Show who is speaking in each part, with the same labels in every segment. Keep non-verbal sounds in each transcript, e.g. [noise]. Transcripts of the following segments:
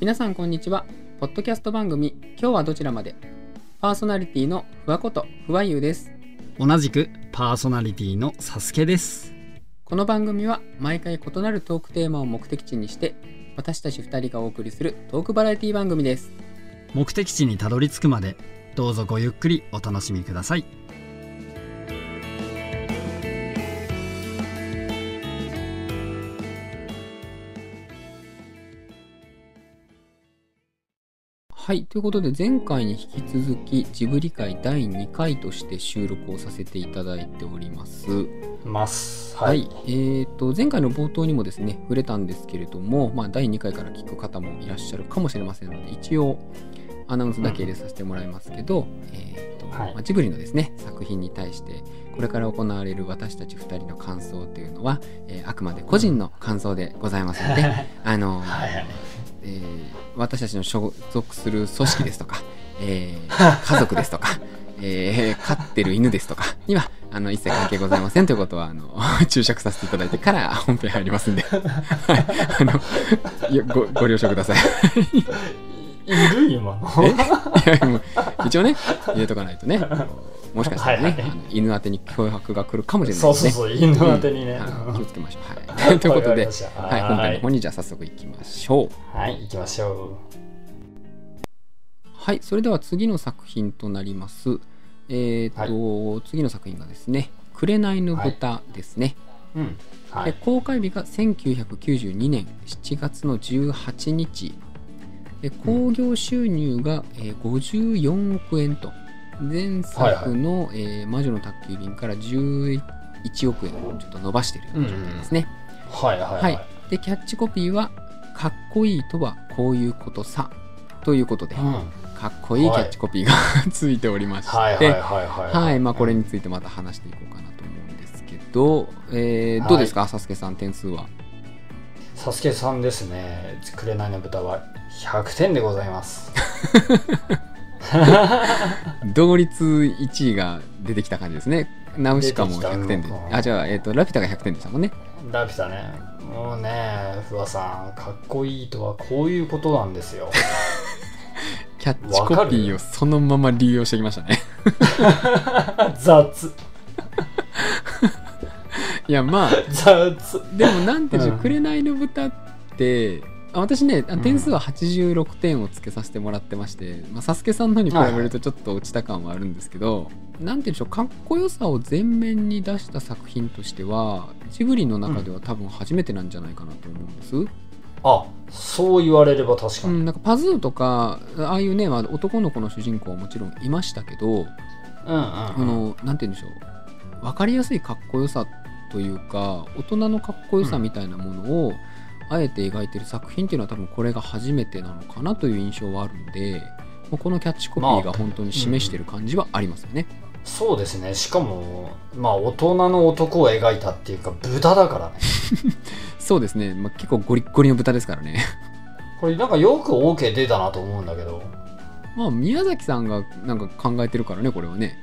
Speaker 1: 皆さんこんにちはポッドキャスト番組今日はどちらまでパーソナリティのふわことふわゆうです
Speaker 2: 同じくパーソナリティのサスケです
Speaker 1: この番組は毎回異なるトークテーマを目的地にして私たち2人がお送りするトークバラエティ番組です
Speaker 2: 目的地にたどり着くまでどうぞごゆっくりお楽しみください
Speaker 1: はいということで前回に引き続きジブリ会第2回として収録をさせていただいております
Speaker 2: ます
Speaker 1: はい、えー、と前回の冒頭にもですね触れたんですけれども、まあ、第2回から聞く方もいらっしゃるかもしれませんので一応アナウンスだけ入れさせてもらいますけど、えーと
Speaker 2: はい
Speaker 1: まあジブリのですね作品に対してこれから行われる私たち2人の感想というのは、えーあくまで個人の感想でございますので、 [laughs] あの、
Speaker 2: はい
Speaker 1: えー私たちの所属する組織ですと
Speaker 3: [laughs]
Speaker 1: か、えー家族ですとか、えー飼ってる犬ですとかにはあの一切関係ございませんということはあの [laughs] 注釈させていただいてから本編入りますんで、はい、あのいやごご了承ください。 [laughs]
Speaker 3: いる
Speaker 2: [laughs]
Speaker 3: 今の
Speaker 1: えいやもう一応ね入れとかないとねもしかしたらね、
Speaker 3: はいはい
Speaker 1: あの犬宛てに脅迫が来るかもしれない
Speaker 3: そう
Speaker 1: です
Speaker 3: そう
Speaker 1: ね。
Speaker 3: そう、犬の宛てにね。
Speaker 1: はい気を
Speaker 3: は
Speaker 1: つけましょう。
Speaker 3: [laughs]
Speaker 1: はい、ということで、
Speaker 3: わかりました
Speaker 1: はい、本編の方
Speaker 3: はい
Speaker 1: にじゃあ早速いきましょう。
Speaker 3: い、行きましょ
Speaker 1: はい、それでは次の作品となります。えっ、と、次の作品がですね、紅の豚ですね、
Speaker 3: う。うん。は
Speaker 1: で
Speaker 3: い。
Speaker 1: 公開日が1992年7月の18日。で興行収入が、えー54億円と前作の、えー魔女の宅急便」から11億円をちょっと伸ばしているような状態ですね、
Speaker 3: はいはい
Speaker 1: は
Speaker 3: はいい。
Speaker 1: でキャッチコピーは「かっこいいとはこういうことさ」ということで、
Speaker 3: うん。
Speaker 1: かっこいいキャッチコピーが [laughs] ついておりまして、
Speaker 3: はいはいはいはい。
Speaker 1: はいまあ、これについてまた話していこうかなと思うんですけど、えーどうですか、サスケさん、点数は。
Speaker 3: サスケさんですね。紅の豚は100点でございます。
Speaker 1: 同率1位が出てきた感じですね。ナウシカも
Speaker 3: 出てきた
Speaker 1: 100点で
Speaker 3: う。ん
Speaker 1: あ、じゃあ、えっとラピュタが100点でしたもんね。
Speaker 3: ラピュタね。もうね、フワさん、かっこいいとはこういうことなんですよ。
Speaker 1: キャッチコピーをそのまま利用してきましたね。 [laughs]
Speaker 3: 雑。
Speaker 1: いや、まあ、
Speaker 3: 雑。
Speaker 1: でも、なんていうんでしょう、
Speaker 3: うん
Speaker 1: 紅の豚って、あ私ね、あ
Speaker 3: うん
Speaker 1: 点数は86点をつけさせてもらってまして、まあ、サスケさんのに比べるとちょっと落ちた感はあるんですけど、なんていうんでしょう、かっこよさを前面に出した作品としては、ジブリの中では多分初めてなんじゃないかなと思うんです。うん、
Speaker 3: あ、そう言われれば確かに。
Speaker 1: なんかパズーとか、ああいうね、まあ、男の子の主人公はもちろんいましたけど、
Speaker 3: うんうん
Speaker 1: あ
Speaker 3: うん。
Speaker 1: の、なんていうんでしょう、わかりやすいかっこよさというか、大人のかっこよさみたいなものを、あえて描いてる作品っていうのは多分これが初めてなのかなという印象はあるので、もうこのキャッチコピーが本当に示してる感じはありますよね。
Speaker 3: そうですね。しかも、まあ、大人の男を描いたっていうか、豚だからね。
Speaker 1: そうですね、まあ、結構ゴリッゴリの豚ですからね。 [laughs]
Speaker 3: これなんかよく OK 出たなと思うんだけど
Speaker 1: まあ宮崎さんがなんか考えてるからね、これはね。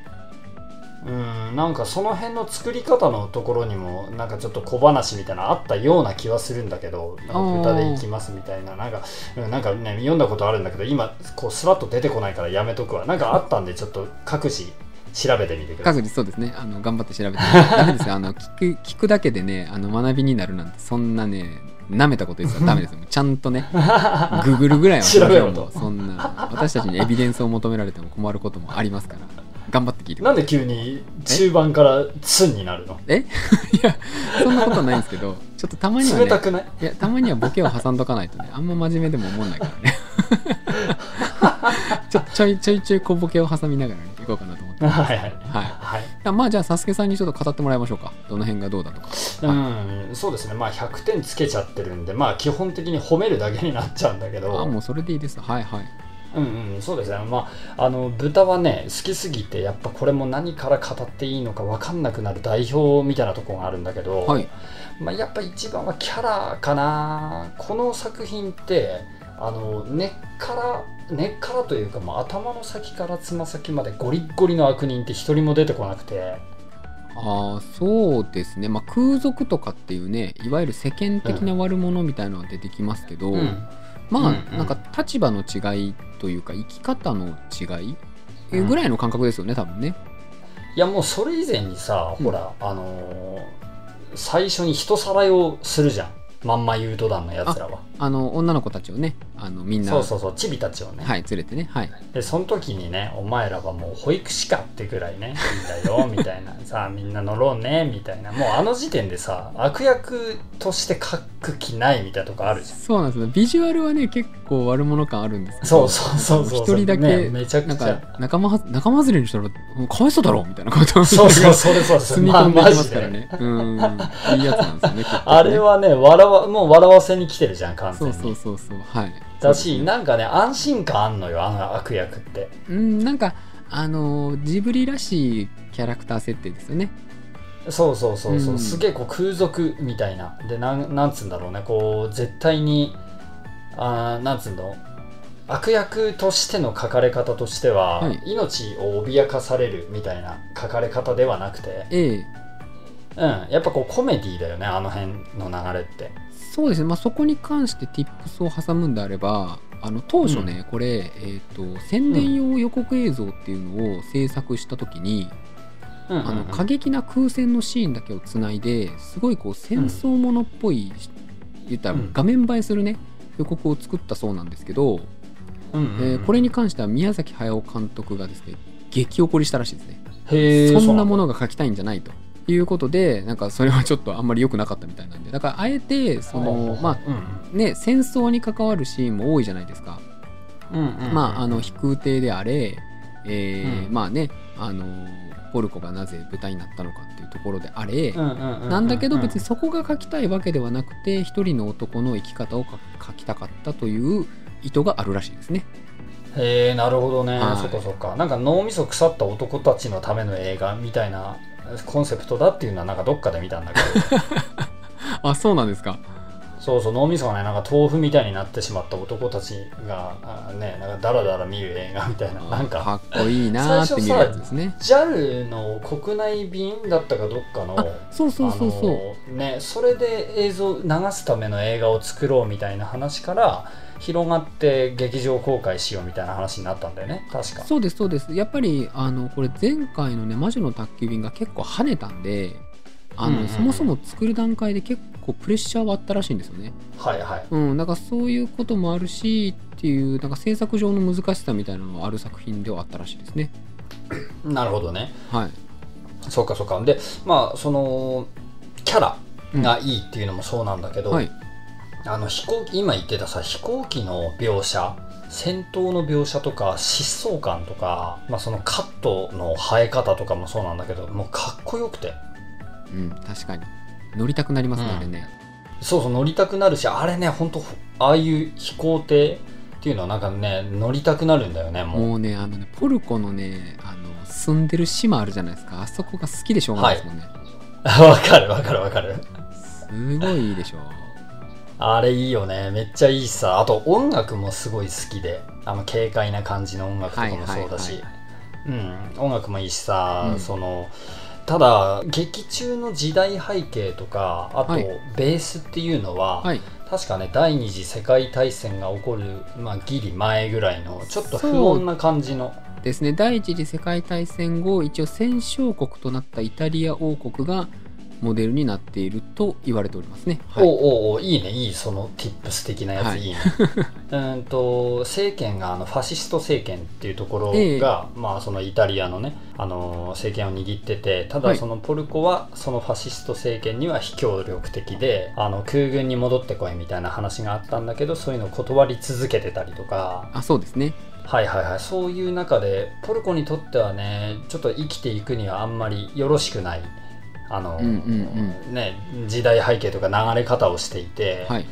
Speaker 3: うんなんかその辺の作り方のところにもなんかちょっと小話みたいなのあったような気はするんだけどなんか歌でいきますみたいななんかうんなんかね読んだことあるんだけど今こうスラッと出てこないからやめとくわなんかあったんでちょっと各自調べてみてくださ
Speaker 1: 各
Speaker 3: い
Speaker 1: 自そうですね、あの頑張って調べてみて。 [laughs] ダメですよ、あの聞く聞くだけでね、あの学びになるなんて、そんなね、舐めたこと言ったらダメですよ。ちゃんとね、ググるぐらいは
Speaker 3: 調べろと
Speaker 1: もうそんな私たちにエビデンスを求められても困ることもありますから頑張って聞いてくだ
Speaker 3: [laughs] なんで急に中盤からツンになるの
Speaker 1: さいえいや
Speaker 3: [laughs]
Speaker 1: そんなことはないんですけどちょっとたまには
Speaker 3: 冷た
Speaker 1: ね
Speaker 3: くない [laughs]
Speaker 1: いやたまにはボケを挟んどかないとねあんま真面目でも思わないからね
Speaker 3: [laughs]
Speaker 1: ちょちょいちょいちょい小ボケを挟みながらねいこうかなと思って
Speaker 3: はいはい
Speaker 1: は
Speaker 3: はい
Speaker 1: いやまあじゃあサスケさんにちょっと語ってもらいましょうかどの辺がどうだとか
Speaker 3: うんそうですねまあ100点つけちゃってるんでまあ基本的に褒めるだけになっちゃうんだけど
Speaker 1: あもうそれでいいですはいはい
Speaker 3: うんうん、そうですね、まあ、あの豚はね好きすぎてやっぱこれも何から語っていいのか分かんなくなる代表みたいなところがあるんだけど、
Speaker 1: はい
Speaker 3: まあ、やっぱ一番はキャラかなこの作品ってあの根っから根っからというか、まあ、頭の先からつま先までゴリッゴリの悪人って一人も出てこなくて
Speaker 1: ああそうですねまあ空賊とかっていうねいわゆる世間的な悪者みたいなのは出てきますけど、
Speaker 3: うん
Speaker 1: まあ、
Speaker 3: うんうん
Speaker 1: なんか立場の違いというか生き方の違いぐらいの感覚ですよね多分ね。
Speaker 3: いやもうそれ以前にさ、
Speaker 1: うん
Speaker 3: ほらあのー最初に人さらいをするじゃんまんま誘導団のやつらは
Speaker 1: あの女の子たちをねあのみんな
Speaker 3: そうそうそうチビたちをね、
Speaker 1: はい、連れてね、はい、
Speaker 3: でその時にねお前らはもう保育士かってぐらいねいいんだ
Speaker 1: [laughs]
Speaker 3: よみたいなさあみんな乗ろうねみたいなもうあの時点でさ悪役として書く気ないみたいなとこあるじゃん
Speaker 1: そうなんですよビジュアルはね結構悪者感あるんですけど
Speaker 3: そうそうそうそう
Speaker 1: 一人だ
Speaker 3: ね
Speaker 1: け、
Speaker 3: めちゃ
Speaker 1: な
Speaker 3: く
Speaker 1: ん
Speaker 3: ち
Speaker 1: か
Speaker 3: ゃ
Speaker 1: 仲間は仲間外れにしたらもうかわいそうだろみたいなことを
Speaker 3: そうそうそれそうそ
Speaker 1: 積
Speaker 3: う
Speaker 1: み
Speaker 3: まあ
Speaker 1: 込んでい
Speaker 3: マ
Speaker 1: きま
Speaker 3: ジ
Speaker 1: [laughs] すから
Speaker 3: でね
Speaker 1: ね。うん、いいやつなんですよね。結構ね
Speaker 3: あれはね笑わもう笑わせに来てるじゃん完
Speaker 1: そ
Speaker 3: 全
Speaker 1: う
Speaker 3: に
Speaker 1: そうそうそうはい。
Speaker 3: だし、なんかね安心感あんのよあの悪役って
Speaker 1: うんなんかあのージブリらしいキャラクター設定ですよね。
Speaker 3: そうそうそうそう、
Speaker 1: うん
Speaker 3: すげえこう空賊みたいなでなんなんつうんだろうねこう絶対にあーなんつうんだろう悪役としての書かれ方としては、
Speaker 1: はい
Speaker 3: 命を脅かされるみたいな書かれ方ではなくて、
Speaker 1: ええ
Speaker 3: うん、やっぱこうコメディだよねあの辺の流れって
Speaker 1: そうですね。まあそこに関して tips を挟むんであれば。あの当初ね、これ、えっと宣伝用予告映像っていうのを制作した時に、
Speaker 3: うんうんうん
Speaker 1: あの過激な空戦のシーンだけをつないですごいこう戦争ものっぽい、言ったら
Speaker 3: うん
Speaker 1: 画面映えするね予告を作ったそうなんですけど、
Speaker 3: うんうんうん
Speaker 1: えーこれに関しては宮崎駿監督がですね激怒りしたらしいですね、
Speaker 3: へー
Speaker 1: そんなも
Speaker 3: の
Speaker 1: のが書きたいんじゃないということでなんかそれはちょっとあんまり良くなかったみたいなんでだからあえてそのまあね戦争に関わるシーンも多いじゃないですか、まああの飛空艇であれ、えー
Speaker 3: うん
Speaker 1: まあねあのポルコがなぜ舞台になったのかっていうところであれ、な
Speaker 3: なん
Speaker 1: だけど別にそこが書きたいわけではなくて一人の男の生き方をか書きたかったという意図があるらしいですね。
Speaker 3: へえなるほどね、
Speaker 1: はい
Speaker 3: そっかそっかなんか脳みそ腐った男たちのための映画みたいなコンセプトだっていうのはなんかどっかで見たんだけ
Speaker 1: [laughs]
Speaker 3: ど
Speaker 1: あそうなんですか。
Speaker 3: そうそう脳みそがねなんか豆腐みたいになってしまった男たちがあねなんかダラダラ見る映画みたいななんか
Speaker 1: かっこいいなーって見るやつですね。
Speaker 3: JAL の国内便だったかどっかの
Speaker 1: そうそうそうそう。
Speaker 3: あのね、それで映像流すための映画を作ろうみたいな話から広がって劇場公開しようみたいな話になったんだよね確か
Speaker 1: そうですそうですやっぱりあのこれ前回のね魔女の宅急便が結構跳ねたんであの、
Speaker 3: うんうんうん
Speaker 1: そもそも作る段階で結構プレッシャーはあったらしいんですよね。
Speaker 3: はいはい
Speaker 1: うん、なんかそういうこともあるしっていうなんか制作上の難しさみたいなのがある作品ではあったらしいですね。
Speaker 3: なるほどね
Speaker 1: はい、
Speaker 3: そうかそうかでまあそのキャラがいいっていうのもそうなんだけど、
Speaker 1: はい
Speaker 3: あの飛行機今言ってたさ飛行機の描写戦闘の描写とか疾走感とか、まあ、そのカットの生え方とかもそうなんだけどもうかっこよくて
Speaker 1: うん、確かに乗りたくなりますね、
Speaker 3: うん
Speaker 1: あれね
Speaker 3: そうそう乗りたくなるしあれね本当ああいう飛行艇っていうのはなんかね乗りたくなるんだよねもう
Speaker 1: もうねあのねポルコのねあの住んでる島あるじゃないですかあそこが好きでしょうがないですもんね、
Speaker 3: [laughs] わかるわかるわかる
Speaker 1: すごいいいで
Speaker 3: [laughs]
Speaker 1: しょう
Speaker 3: あれいいよねめっちゃいいしさあと音楽もすごい好きであの軽快な感じの音楽とかもそうだしうん音楽もいいしさ、
Speaker 1: うん
Speaker 3: そのただ劇中の時代背景とかあと、
Speaker 1: はい
Speaker 3: ベースっていうのは、
Speaker 1: はい
Speaker 3: 確かね第二次世界大戦が起こる、まあ、ギリ前ぐらいのちょっと不
Speaker 1: そう
Speaker 3: 穏な感じの
Speaker 1: ですね第一次世界大戦後一応戦勝国となったイタリア王国がモデルになっていると言われておりますね、はい
Speaker 3: おうおうおういいねいいその tips 的なやつ、
Speaker 1: はい
Speaker 3: い、いねうーんと政権があのファシスト政権っていうところが、
Speaker 1: ええ
Speaker 3: まあ、そのイタリアのねあの政権を握っててた
Speaker 1: は
Speaker 3: だ
Speaker 1: い
Speaker 3: そのポルコはそのファシスト政権には非協力的であの空軍に戻ってこいみたいな話があったんだけどそういうのを断り続けてたりとか
Speaker 1: あそうですね
Speaker 3: はいはいはいそういう中でポルコにとってはねちょっと生きていくにはあんまりよろしくないあの、
Speaker 1: うんうん
Speaker 3: ね、時代背景とか流れ方をしていて、
Speaker 1: はい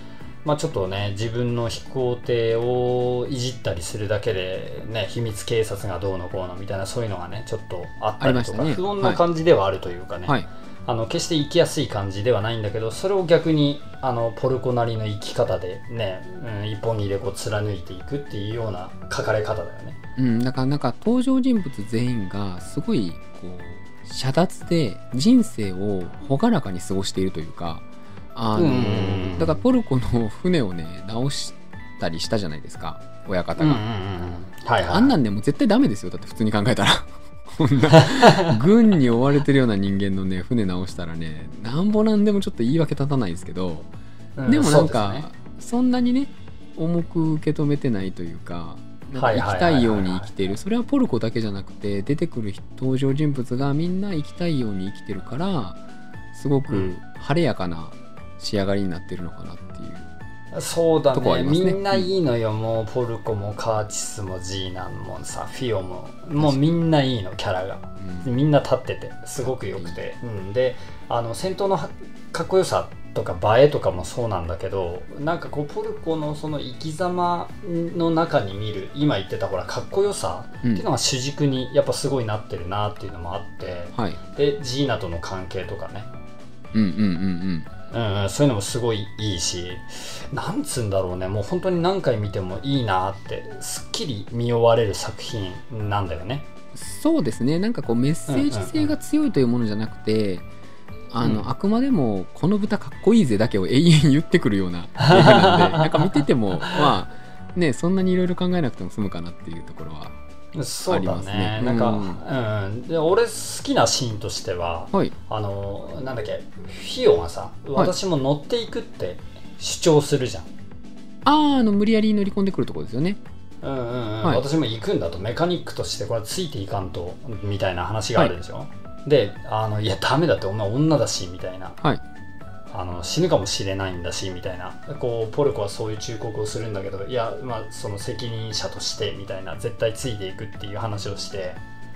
Speaker 3: まあ、ちょっとね自分の飛行艇をいじったりするだけで、ね、秘密警察がどうのこうのみたいなそういうのがねちょっとあったりとか、
Speaker 1: ありましたね
Speaker 3: 不穏な感じではあるというかね、
Speaker 1: はい
Speaker 3: あの決して生きやすい感じではないんだけどそれを逆にあのポルコなりの生き方でね、うん、一本木でこう貫いていくっていうような書かれ方だよね。
Speaker 1: うんだからなんか登場人物全員がすごいこう遮奪で人生を朗らかに過ごしているというかあの
Speaker 3: うん
Speaker 1: だからポルコの船をね直しったりしたじゃないですか親
Speaker 3: う
Speaker 1: 方
Speaker 3: んうんう
Speaker 1: が、
Speaker 3: んうんはいはい
Speaker 1: あんなんでも絶対ダメですよだって普通に考えたら [laughs] こんな軍に追われてるような人間のね船直したらねなんぼなんでもちょっと言い訳立たないですけど
Speaker 3: う
Speaker 1: でもなん
Speaker 3: そうです
Speaker 1: か
Speaker 3: ね
Speaker 1: そんなにね重く受け止めてないというかなんか
Speaker 3: はい
Speaker 1: 生
Speaker 3: はい
Speaker 1: き
Speaker 3: はいはい
Speaker 1: たいように生きているそれはポルコだけじゃなくて出てくる人登場人物がみんな生きたいように生きてるからすご
Speaker 3: う
Speaker 1: く
Speaker 3: ん
Speaker 1: 晴れやかな仕上がりになってるのかなっていう
Speaker 3: そうだ
Speaker 1: とこはあ
Speaker 3: ね
Speaker 1: りますね
Speaker 3: みんないいのよもうポルコもカーチスもジーナンもさフィオももうみんないいのキャラが
Speaker 1: うん
Speaker 3: みんな立っててすごくよくて、うん、であの戦闘のはかっこよさとか映えとかもそうなんだけどなんかこうポルコのその生き様の中に見る今言ってたほらかっこよさ
Speaker 1: う
Speaker 3: っていうんのが主軸にやっぱすごいなってるなっていうのもあって
Speaker 1: はい
Speaker 3: でジーナとの関係とかね
Speaker 1: うんうんうん
Speaker 3: うんうん、そういうのもすごいいいしなんつうんだろうねもう本当に何回見てもいいなってすっきり見終われる作品なんだよね
Speaker 1: うんそうですねなんかこうメッセージ性が強いというものじゃなくてあ
Speaker 3: うん
Speaker 1: のあくまでも「この豚かっこいいぜ」だけを永遠言ってくるよう
Speaker 3: [laughs]
Speaker 1: な映画なんでなんか見ててもまあねそんなにいろいろ考えなくても済むかなっていうところは
Speaker 3: そう
Speaker 1: あり
Speaker 3: だ
Speaker 1: ます
Speaker 3: ね
Speaker 1: ね
Speaker 3: なんか、
Speaker 1: う
Speaker 3: うんうん、で俺好きなシーンとしては
Speaker 1: はい
Speaker 3: あのなんだっけフィオがさ
Speaker 1: い
Speaker 3: 私も乗っていくって主張するじゃん、
Speaker 1: あああの無理やり乗り込んでくるところですよね
Speaker 3: うんうんうん
Speaker 1: はい
Speaker 3: 私も行くんだとメカニックとしてこれついていかんとみたいな話があるでしょ、であのいやダメだってお前女だしみたいな、
Speaker 1: はい
Speaker 3: あの死ぬかもしれないんだしみたいなこうポルコはそういう忠告をするんだけどいや、まあ、その責任者としてみたいな絶対ついていくっていう話をして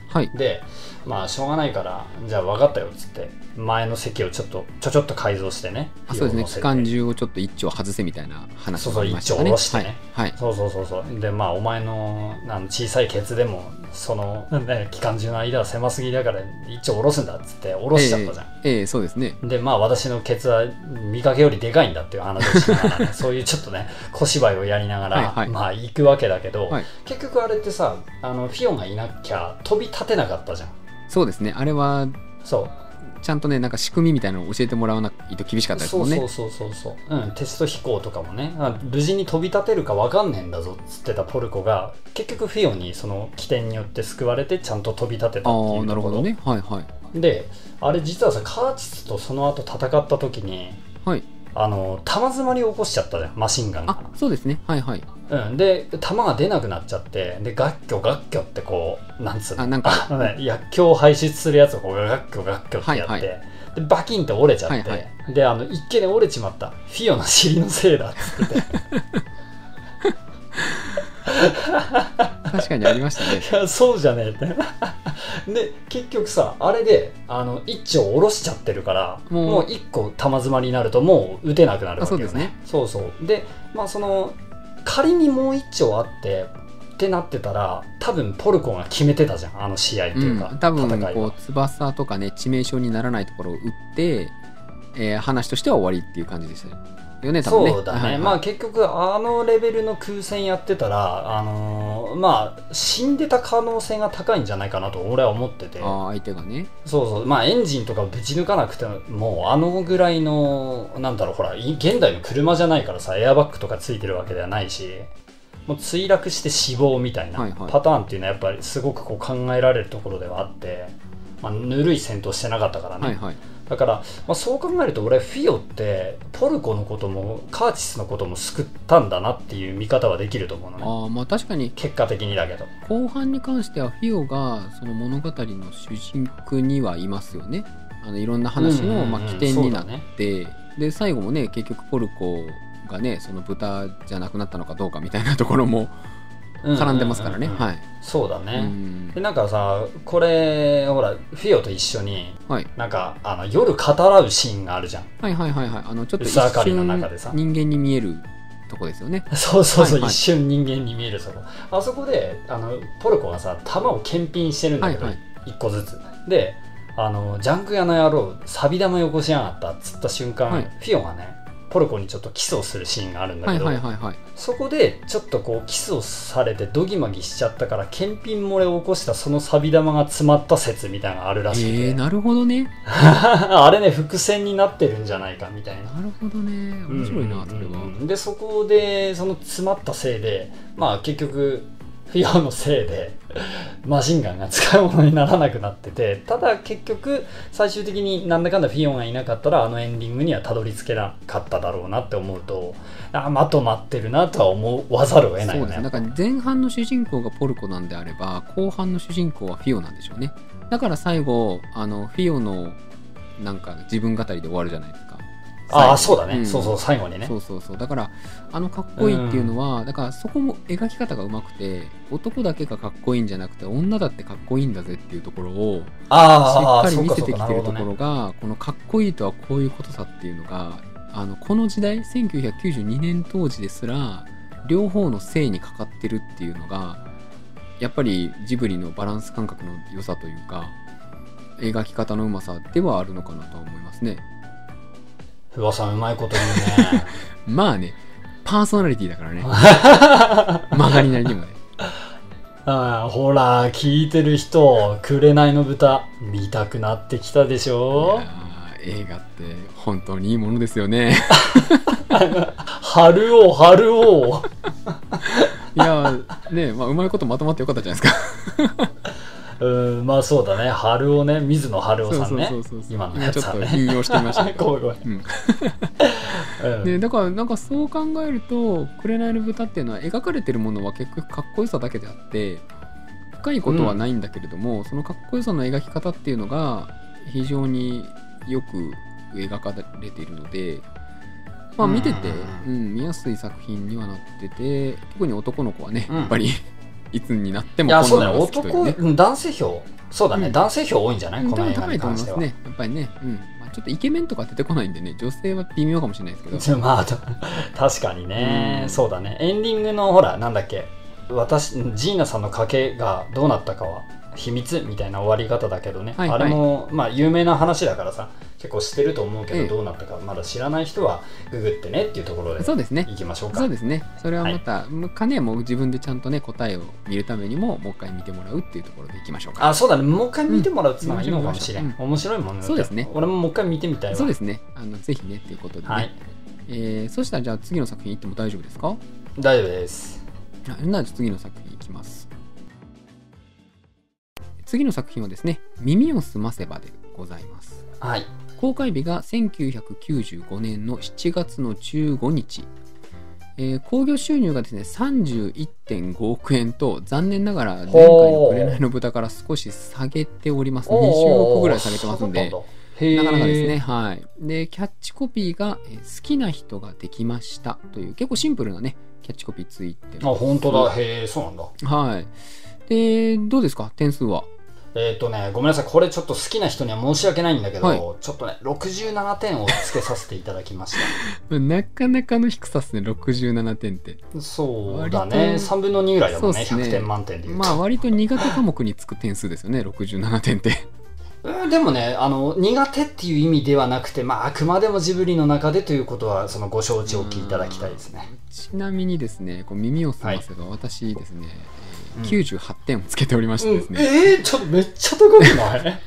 Speaker 1: はい
Speaker 3: でまあしょうがないからじゃあ分かったよっつって前の席をちょっとちょちょっと改造してね
Speaker 1: あそうですね
Speaker 3: 乗せて
Speaker 1: 機関銃をちょっと一丁外せみたいな話もありましたかね
Speaker 3: そうそう一丁下ろしてね
Speaker 1: はい、はい
Speaker 3: そうそうそうそうでまあお前のあの小さいケツでもその、ね、期間中の間は狭すぎだから一応下ろすんだっつって下ろしちゃったじゃん、
Speaker 1: ええええそうですね
Speaker 3: でまあ私のケツは見かけよりでかいんだっていう話をしな
Speaker 1: [laughs]
Speaker 3: がら、ね、そういうちょっとね小芝居をやりながら
Speaker 1: はいはい
Speaker 3: まあ行くわけだけど、
Speaker 1: はい
Speaker 3: 結局あれってさあのフィオンがいなきゃ飛び立てなかったじゃん
Speaker 1: そうですねあれは
Speaker 3: そう
Speaker 1: ちゃんとねなんか仕組みみたいなのを教えてもらわないと厳しかったです
Speaker 3: そ
Speaker 1: も
Speaker 3: うん
Speaker 1: ね
Speaker 3: そうそうそうそう、うん、テスト飛行とかもねあ無事に飛び立てるか分かんねえんだぞっつってたポルコが結局フィオにその起点によって救われてちゃんと飛び立てたって
Speaker 1: あ
Speaker 3: い
Speaker 1: あ
Speaker 3: う
Speaker 1: な
Speaker 3: と
Speaker 1: る
Speaker 3: こ
Speaker 1: ほど
Speaker 3: ろ
Speaker 1: ねはいはい
Speaker 3: であれ実はさカーチスとその後戦った時に
Speaker 1: はい
Speaker 3: あの弾詰まりを起こしちゃったじゃんマシンガンが
Speaker 1: あ、そうですねはいはい
Speaker 3: うん、で弾が出なくなっちゃってでガッキョガッキョってこうなんつうの
Speaker 1: あなんか
Speaker 3: あのね、薬莢を排出するやつをこうガッキョガッキョってやって、
Speaker 1: はいは
Speaker 3: でバキンって折れちゃって、
Speaker 1: はいは
Speaker 3: であの一見ね折れちまったフィオの尻のせいだっ
Speaker 1: [laughs]
Speaker 3: つってて
Speaker 1: 確かにありま
Speaker 3: [laughs]
Speaker 1: したね
Speaker 3: いやそうじゃねえって [laughs] で結局さあれであの一丁下ろしちゃってるから
Speaker 1: もう
Speaker 3: もう一個弾詰まりになるともう打てなくなるわけよ、ね、
Speaker 1: あそうですね
Speaker 3: そうそうでまあその仮にもう一丁あってってなってたら多分ポルコが決めてたじゃんあの試合っていうか、
Speaker 1: うん、多分
Speaker 3: 戦い
Speaker 1: こ
Speaker 3: は
Speaker 1: う翼とかね致命傷にならないところを打って、えー話としては終わりっていう感じでしたよね多分ね
Speaker 3: そうだね、
Speaker 1: はいはい
Speaker 3: まあ結局あのレベルの空戦やってたらあのーまあ死んでた可能性が高いんじゃないかなと俺は思ってて
Speaker 1: あー相手がね
Speaker 3: そうそうまあエンジンとかぶち抜かなくてもあのぐらいのなんだろうほらい現代の車じゃないからさエアバッグとかついてるわけではないしもう墜落して死亡みたいな
Speaker 1: はいはい
Speaker 3: パターンっていうのはやっぱりすごくこう考えられるところではあって、まあ、ぬるい戦闘してなかったからね、
Speaker 1: はいはい
Speaker 3: だから、まあ、そう考えると俺フィオってポルコのこともカーチスのことも救ったんだなっていう見方はできると思うの
Speaker 1: あ
Speaker 3: ね
Speaker 1: ーまあ確かに
Speaker 3: 結果的にだけど
Speaker 1: 後半に関してはフィオがその物語の主軸にはいますよねあのいろんな話
Speaker 3: うんうんう
Speaker 1: の
Speaker 3: ん
Speaker 1: まあ起点になっ
Speaker 3: そうだね
Speaker 1: て、で最後もね結局ポルコがねその豚じゃなくなったのかどうかみたいなところも絡んでますからね、
Speaker 3: うんうんうんうん
Speaker 1: はい、
Speaker 3: そうだ
Speaker 1: う
Speaker 3: ね、
Speaker 1: ん
Speaker 3: でなんかさこれほらフィオと一緒に
Speaker 1: はい
Speaker 3: なんかあの夜語らうシーンがあるじゃん [laughs]
Speaker 1: はいはいはいはいあのちょっと一
Speaker 3: 薄明かりの
Speaker 1: 瞬
Speaker 3: 中でさ
Speaker 1: 人間に見えるとこですよね
Speaker 3: そうそうそう、
Speaker 1: はいはい
Speaker 3: 一瞬人間に見えるそこあそこであのポルコがさ弾を検品してるんだ
Speaker 1: は
Speaker 3: け
Speaker 1: い
Speaker 3: ど、
Speaker 1: はい
Speaker 3: 一個ずつであの「ジャンク屋の野郎錆び玉よこしやがった」っつった瞬間、
Speaker 1: はい
Speaker 3: フィオがねポルコにちょっとキスをするシーンがあるんだ
Speaker 1: は
Speaker 3: け
Speaker 1: い
Speaker 3: ど、
Speaker 1: はいはいはい
Speaker 3: そこでちょっとこうキスをされてドギマギしちゃったから検品漏れを起こしたその錆び玉が詰まった説みたいなのがあるらしくて、
Speaker 1: えー、なるほどね
Speaker 3: [laughs] あれね伏線になってるんじゃないかみたいな
Speaker 1: なるほどね面白いなそれ
Speaker 3: うんうんうん
Speaker 1: は
Speaker 3: うんでそこでその詰まったせいでまあ結局フィアのせいでマシンガンが使い物にならなくなっててただ結局最終的になんだかんだフィオンがいなかったらあのエンディングにはたどり着けなかっただろうなって思うとあまとまってるなとは思わざるを得ない
Speaker 1: そ
Speaker 3: よ
Speaker 1: うです
Speaker 3: ね
Speaker 1: ねだから前半の主人公がポルコなんであれば後半の主人公はフィオなんでしょうねだから最後あのフィオのなんか自分語りで終わるじゃないですか
Speaker 3: あ
Speaker 1: 最
Speaker 3: あそう
Speaker 1: 後
Speaker 3: だね、
Speaker 1: ん
Speaker 3: そうそう最後にね
Speaker 1: そうそうそうだからあのかっこいいっていうのは、だからそこも描き方がうまくて男だけがかっこいいんじゃなくて女だってかっこいいんだぜっていうところをしっ
Speaker 3: ああ
Speaker 1: かり
Speaker 3: そう
Speaker 1: 見
Speaker 3: か
Speaker 1: せ
Speaker 3: そう
Speaker 1: て
Speaker 3: か
Speaker 1: き
Speaker 3: な
Speaker 1: て
Speaker 3: る
Speaker 1: る
Speaker 3: ほ
Speaker 1: と
Speaker 3: ど
Speaker 1: こ [laughs]
Speaker 3: ね
Speaker 1: ろがこのかっこいいとはこういうことさっていうのがあのこの時代1992年当時ですら両方の性にかかってるっていうのがやっぱりジブリのバランス感覚の良さというか描き方のうまさではあるのかなとは思いますね。
Speaker 3: 不破さんうまいこと言
Speaker 1: [laughs]
Speaker 3: うね [laughs]
Speaker 1: まあね、パーソナリティだからね。曲がりなりに
Speaker 3: [laughs]
Speaker 1: もね。
Speaker 3: ああほら聞いてる人「紅の豚」見たくなってきたでし
Speaker 1: い
Speaker 3: ょ
Speaker 1: やー映画って本当にいいものですよね。
Speaker 3: [laughs] 春を春を
Speaker 1: いやー、 [laughs] ね、まあ、うまいことまとまってよかったじゃないです
Speaker 3: [laughs]
Speaker 1: か。
Speaker 3: [laughs] うんまあそうだね春をね水野春夫
Speaker 1: そう
Speaker 3: さん
Speaker 1: そう
Speaker 3: ね
Speaker 1: そうそう。
Speaker 3: 今のやつ
Speaker 1: ちょ
Speaker 3: は
Speaker 1: っと
Speaker 3: ね
Speaker 1: 引用してみましたけど。
Speaker 3: [laughs] ごめんごめん
Speaker 1: うん、
Speaker 3: うん
Speaker 1: でだからなんかそう考えると「紅の豚」っていうのは描かれてるものは結局かっこよさだけであって深いことはないんだけれども、そのかっこよさの描き方っていうのが非常によく描かれているので、まあ、見てて、う
Speaker 3: うん
Speaker 1: 見やすい作品にはなってて特に男の子はね、
Speaker 3: うん
Speaker 1: やっぱり [laughs] いつになって
Speaker 3: い
Speaker 1: も
Speaker 3: や
Speaker 1: こ
Speaker 3: そ
Speaker 1: ん
Speaker 3: う
Speaker 1: な
Speaker 3: だね
Speaker 1: のが好きという
Speaker 3: 男
Speaker 1: ね。
Speaker 3: うん男性票そうだね、
Speaker 1: うん
Speaker 3: 男性票多いんじゃない
Speaker 1: うん
Speaker 3: こ
Speaker 1: 多
Speaker 3: の
Speaker 1: 分
Speaker 3: 映画
Speaker 1: 高い
Speaker 3: に
Speaker 1: と思
Speaker 3: 関
Speaker 1: い
Speaker 3: し
Speaker 1: ま
Speaker 3: て
Speaker 1: す
Speaker 3: は、
Speaker 1: ね。やっぱりね、うんまあ、ちょっとイケメンとか出てこないんでね、女性は微妙かもしれないですけど、
Speaker 3: じゃあ [laughs] まあた確かにね、
Speaker 1: うん
Speaker 3: そうだねエンディングのほらなんだっけ私ジーナさんの賭けがどうなったかは秘密みたいな終わり方だけどね、
Speaker 1: はいはい
Speaker 3: あれもまあ有名な話だからさ結構知ってると思うけど、
Speaker 1: ええ
Speaker 3: どうなったかまだ知らない人はググってねっていうところで
Speaker 1: そうですね、
Speaker 3: いきましょうか
Speaker 1: そうですね。それはまた、もう金はもう自分でちゃんとね、答えを見るためにも、もう一回見てもらうっていうところでいきましょうか。
Speaker 3: あそうだねもう一回見てもらうっていうのがいいのかもしれん、
Speaker 1: うん
Speaker 3: 面白いもんね
Speaker 1: そうですね
Speaker 3: 俺ももう一回見てみたいわ
Speaker 1: そうですね。あの、ぜひね、ということでね。
Speaker 3: はい
Speaker 1: えーそしたらじゃあ次の作品行っても大丈夫ですか
Speaker 3: 大丈夫です
Speaker 1: あなら次の作品いきます。次の作品はですね、耳をすませばでございます。
Speaker 3: はい
Speaker 1: 公開日が1995年の7月の15日、えー興行収入がですね31.5億円と残念ながら前回の「
Speaker 3: ほう
Speaker 1: 紅の豚」から少し下げております20
Speaker 3: おー
Speaker 1: 億ぐらい下げてますんで
Speaker 3: そうだったんだへー
Speaker 1: なかなかですねはいでキャッチコピーが、えー好きな人ができました」という結構シンプルなねキャッチコピーついて
Speaker 3: あ
Speaker 1: ます
Speaker 3: 本当だへえそうなんだ
Speaker 1: はいでどうですか点数は
Speaker 3: えっ、とね、ごめんなさい、これちょっと好きな人には申し訳ないんだけど、
Speaker 1: はい
Speaker 3: ちょっとね、67点をつけさせていただきまし
Speaker 1: なかなかの低さっすね67点って
Speaker 3: た。そうだ
Speaker 1: 割
Speaker 3: ね、
Speaker 1: と
Speaker 3: 3分の2ぐらいだもんね、
Speaker 1: そうっすね
Speaker 3: 100点満点で言うと。
Speaker 1: まあ割と苦手科目につく点数ですよね67点って
Speaker 3: うんでもねあの、苦手っていう意味ではなくて、まあ、あくまでもジブリの中でということは、そのご承知おきいただきたいですね。
Speaker 1: ちなみにですねこう耳を澄ませば私ですね、えー
Speaker 3: うん
Speaker 1: 98点をつけておりましてです
Speaker 3: うん
Speaker 1: ね、
Speaker 3: えー、ちょっとめっちゃ高くない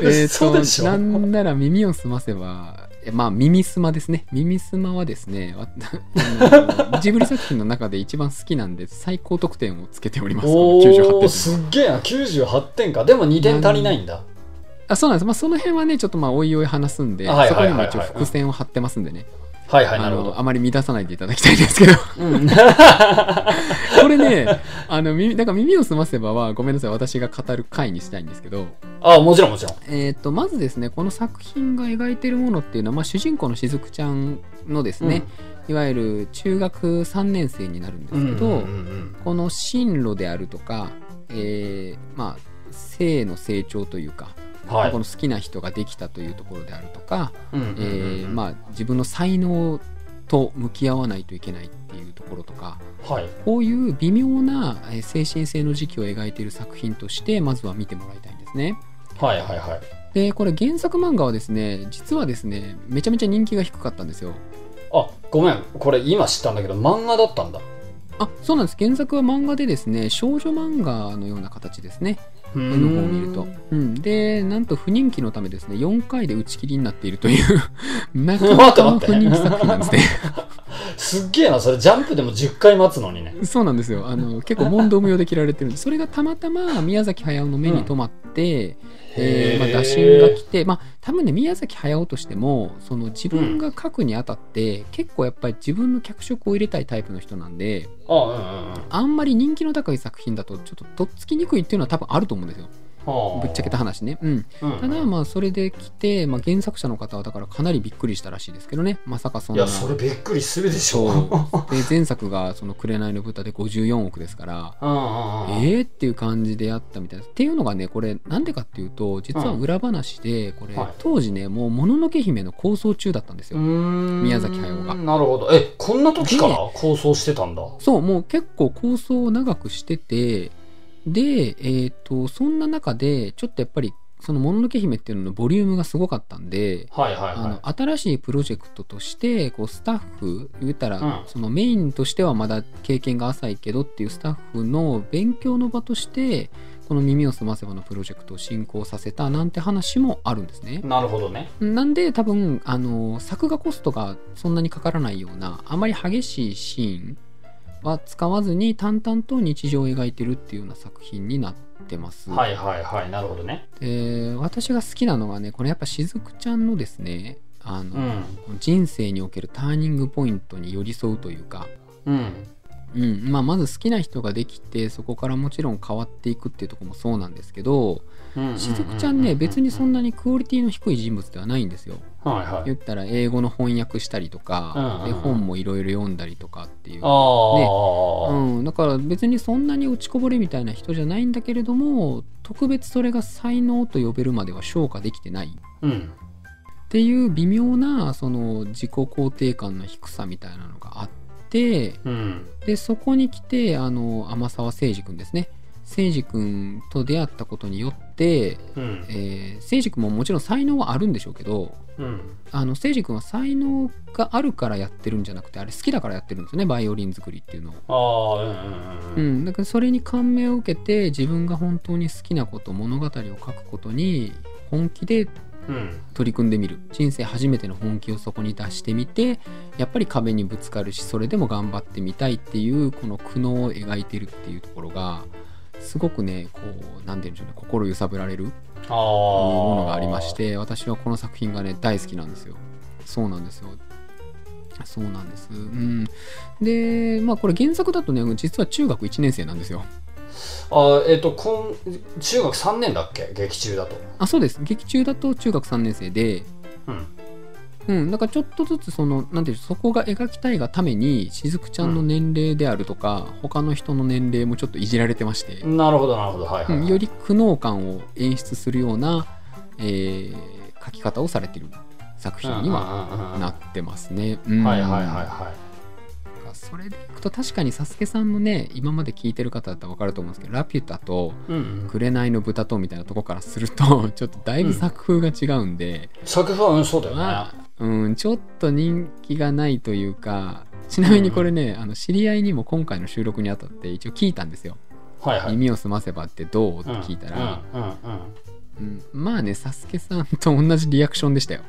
Speaker 1: [laughs] え
Speaker 3: 嘘で
Speaker 1: ー
Speaker 3: し
Speaker 1: と
Speaker 3: ょ
Speaker 1: なんなら耳を澄ませばえまあ耳すまですね耳すまはですねわあのジブリ作品の中で一番好きなんで最高得点をつけておりますこ
Speaker 3: お
Speaker 1: の98
Speaker 3: ー、
Speaker 1: 点
Speaker 3: すっげえな、98点か。でも2点足りないんだ。
Speaker 1: あそうなんです、まあ、その辺はねちょっとまあおいおい話すんで、
Speaker 3: はい
Speaker 1: そこ
Speaker 3: はい
Speaker 1: に
Speaker 3: はい
Speaker 1: も
Speaker 3: は
Speaker 1: 一
Speaker 3: い
Speaker 1: 応伏線を張ってますんでね、
Speaker 3: はいはい、な
Speaker 1: あ
Speaker 3: るほ
Speaker 1: の
Speaker 3: ど。
Speaker 1: あまり乱さないでいただきたいんですけど
Speaker 3: うん、 [laughs]
Speaker 1: これね、 [laughs] あの、耳、だから耳を澄ませばは、ごめんなさい、私が語る回にしたいんですけど、
Speaker 3: あ、もちろんもちろん。
Speaker 1: えっ、と、まずですね、この作品が描いてるものっていうのは、まあ、主人公のしずくちゃんのですね、いわゆる中学3年生になるんですけど、
Speaker 3: うんうんうん
Speaker 1: この進路であるとか、えーまあ、性の成長というか、
Speaker 3: うん、はい
Speaker 1: こ。の好きな人ができたというところであるとか、えー
Speaker 3: ま
Speaker 1: まあ、自分の才能と向き合わないといけないっていうところとか、
Speaker 3: あ、はい。
Speaker 1: こういう微妙なえー精神性の時期を描いている作品としてまずは見てもらいたいんですね。
Speaker 3: はいはいはい。
Speaker 1: でこれ原作漫画はですね実はですねめちゃめちゃ人気が低かったんですよ。
Speaker 3: あごめんこれ今知ったんだけど漫画だったんだ
Speaker 1: あそうなんです原作は漫画でですね少女漫画のような形ですね
Speaker 3: 絵
Speaker 1: 絵の方を見ると、うん、でなんと不人気のためですね4回で打ち切りになっているというなかなかの不人気作品なんですね
Speaker 3: すっげえなそれジャンプでも10回待つのにね
Speaker 1: そうなんですよあの結構問答無用で切られてるんでそれがたまたま宮崎駿の目に留まって、えーまあ、打診が来て、まあ、多分ね宮崎駿としてもその自分が書くにあたって、結構やっぱり自分の脚色を入れたいタイプの人なんで
Speaker 3: あうんうんうん
Speaker 1: あんまり人気の高い作品だとちょっととっつきにくいっていうのは多分あると思うんですよ
Speaker 3: はあ
Speaker 1: ぶっちゃけた話ね。うん、
Speaker 3: うん
Speaker 1: ただまあそれで来て、まあ、原作者の方はだからかなりびっくりしたらしいですけどねまさかそん
Speaker 3: い
Speaker 1: な。
Speaker 3: やそれびっくりするでしょ
Speaker 1: そうで前作が「その紅の豚」で54億ですから。
Speaker 3: うんうんうん
Speaker 1: えー、っていう感じでやったみたいです。っていうのがねこれなんでかっていうと実は裏話でこれ、
Speaker 3: はい
Speaker 1: 当時ねもう「もののけ姫」の構想中だったんです
Speaker 3: う
Speaker 1: よ。
Speaker 3: ーん
Speaker 1: 宮崎駿が
Speaker 3: なるほどえこんな時から構想してたんだ
Speaker 1: そうもう結構構想を長くしててで、えー、とそんな中でちょっとやっぱりその「もののけ姫」っていうののボリュームがすごかったんで、
Speaker 3: はいはい
Speaker 1: あ
Speaker 3: は
Speaker 1: の新しいプロジェクトとしてこうスタッフ言ったら、
Speaker 3: うん
Speaker 1: そのメインとしてはまだ経験が浅いけどっていうスタッフの勉強の場としてこの「耳をすませば」のプロジェクトを進行させたなんて話もあるんですね
Speaker 3: い。なるほどね
Speaker 1: なんで多分あの作画コストがそんなにかからないようなあまり激しいシーンは使わずに淡々と日常を描いてるっていうような作品になってます。
Speaker 3: はいはいはいなるほどね
Speaker 1: で私が好きなのがねこれやっぱしずくちゃんのですねあの、
Speaker 3: うん
Speaker 1: 人生におけるターニングポイントに寄り添うというか、
Speaker 3: うん
Speaker 1: うんまあ、まず好きな人ができてそこからもちろん変わっていくっていうところもそうなんですけどしずくちゃんね別にそん
Speaker 3: な
Speaker 1: なにクオリティの低い人物ではないんですよ。
Speaker 3: はいはい
Speaker 1: 言ったら英語の翻訳したりとか
Speaker 3: う
Speaker 1: で
Speaker 3: んうんうん
Speaker 1: 本もいろいろ読んだりとかっていう。う
Speaker 3: あ
Speaker 1: ん、だから別にそんなに落ちこぼれみたいな人じゃないんだけれども特別それが才能と呼べるまでは消化できてない
Speaker 3: あ、うん、
Speaker 1: っていう微妙なその自己肯定感の低さみたいなのがあって
Speaker 3: うん、
Speaker 1: でそこに来てあの天沢誠司君ですね誠司君と出会ったことによって、
Speaker 3: うん、
Speaker 1: えー、誠司君ももちろん才能はあるんでしょうけど
Speaker 3: うん、
Speaker 1: あの誠司君は才能があるからやってるんじゃなくてあれ好きだからやってるんですよねバイオリン作りっていうのを。
Speaker 3: ああ、
Speaker 1: う
Speaker 3: うん、うん、うん、
Speaker 1: ん、だからそれに感銘を受けて自分が本当に好きなこと物語を書くことに本気で
Speaker 3: うん、
Speaker 1: 取り組んでみる人生初めての本気をそこに出してみてやっぱり壁にぶつかるしそれでも頑張ってみたいっていうこの苦悩を描いてるっていうところがすごくねこう何て言うんでしょうね心揺さぶられる
Speaker 3: ああ、も
Speaker 1: ものがありまし。て私はこの作品がね大好きなんですよそうなんですよそうなんですうんでまあこれ原作だとね実は中学1年生なんですよ
Speaker 3: ああ、えっ、と、こん、中学三年だっけ、劇中だと。
Speaker 1: あそうです劇中だと中学3年生で
Speaker 3: うん、
Speaker 1: うん、だからちょっとずつそのなんていうのそこが描きたいがためにしずくちゃんの年齢であるとか、他の人の年齢もちょっといじられてまして、
Speaker 3: なるほど、なるほど、はい、はい、
Speaker 1: う
Speaker 3: は
Speaker 1: ん
Speaker 3: い
Speaker 1: より苦悩感を演出するような、えー描き方をされている作品には
Speaker 3: は
Speaker 1: なってますね。うん
Speaker 3: はい、はい、はい、はい。
Speaker 1: それでいくと確かにサスケさんのね今まで聞いてる方だったら分かると思うんですけど「ラピュタ」と
Speaker 3: うん、
Speaker 1: 「紅の豚」とみたいなとこからすると [laughs] ちょっとだいぶ作風が違うんで。
Speaker 3: 作風は、うん、そうだよ
Speaker 1: ま
Speaker 3: ね。
Speaker 1: あ、うん、ちょっと人気がないというか、ちなみにこれね、あの知り合いにも今回の収録にあたって一応聞いたんですよ。
Speaker 3: はい、はい。
Speaker 1: 耳を澄ませばってどうって聞いたら、
Speaker 3: うん、うん、うん。
Speaker 1: うんまあね、サスケさんと同じリアクションでした
Speaker 3: [laughs]
Speaker 1: よ。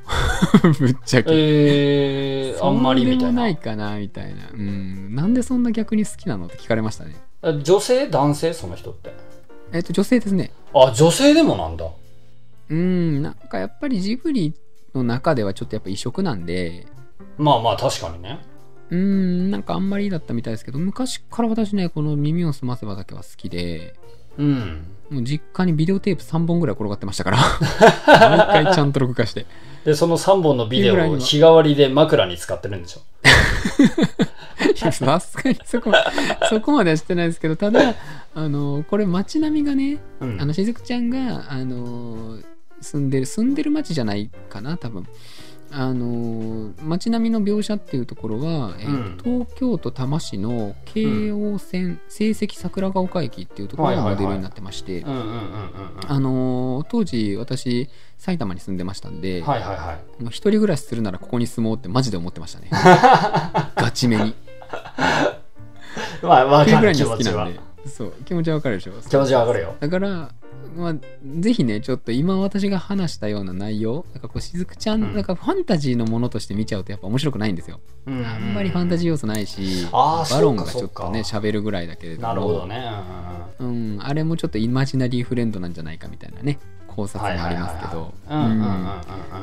Speaker 1: ぶっちゃけ。
Speaker 3: ええー、あんまりみ
Speaker 1: そうで
Speaker 3: た
Speaker 1: も
Speaker 3: い
Speaker 1: な。
Speaker 3: ない
Speaker 1: かなみたいな。うん、なんでそんな逆に好きなのって聞かれましたね。
Speaker 3: え女性、男性、その人って。
Speaker 1: えっと、女性ですね。
Speaker 3: あ、女性でもなんだ。
Speaker 1: うん、なんかやっぱりジブリの中ではちょっとやっぱ異色なんで、
Speaker 3: まあ、まあ、確かにね。
Speaker 1: うーん、なんかあんまりだったみたいですけど、昔から私ね、この耳をすませばだけは好きで、
Speaker 3: うん。
Speaker 1: もう実家にビデオテープ3本ぐらい転がってま
Speaker 3: [laughs]
Speaker 1: したから、毎回ちゃんと録画して。
Speaker 3: で、その3本のビデオを日替わりで枕に使ってるんでしょ。
Speaker 1: いやさすがにそ
Speaker 3: [laughs]
Speaker 1: こ、そこまではしてないですけど、ただ、あの、これ街並みがね、
Speaker 3: うん
Speaker 1: あの、しずくちゃんが、あの、住んでる、住んでる街じゃないかな、多分。あのー街並みの描写っていうところは、えーと東京都多摩市の京王線、成績桜ヶ丘駅っていうところがモデルになってまして、
Speaker 3: うんうんうんうんうん
Speaker 1: あのー当時私埼玉に住んでましたんで、
Speaker 3: はいはいはい
Speaker 1: もう一人暮らしするならここに住もうってマジで思ってま
Speaker 3: [laughs]
Speaker 1: したねガチめに
Speaker 3: まあ
Speaker 1: 一
Speaker 3: 分
Speaker 1: 人
Speaker 3: か
Speaker 1: ぐらいに好き
Speaker 3: る気持ち
Speaker 1: な
Speaker 3: は
Speaker 1: んでそう気持ちはわかるでしょ
Speaker 3: 気持ちは分かるよ
Speaker 1: だから、まあ、ぜひねちょっと今私が話したような内容なんかこうしずくちゃん、
Speaker 3: うん
Speaker 1: なんかファンタジーのものとして見ちゃうとやっぱ面白くないんですよ、
Speaker 3: あ
Speaker 1: あ
Speaker 3: ん
Speaker 1: んまりファンタジー要素ないし
Speaker 3: あー
Speaker 1: バロンがち
Speaker 3: そ
Speaker 1: ょ
Speaker 3: っ
Speaker 1: っ
Speaker 3: か
Speaker 1: とね喋るぐらいだけれども
Speaker 3: なるほどねうんうんうん
Speaker 1: うん、あれもちょっとイマジナリーフレンドなんじゃないかみたいなね考察もありますけど
Speaker 3: うんうんうんうん
Speaker 1: うん
Speaker 3: うん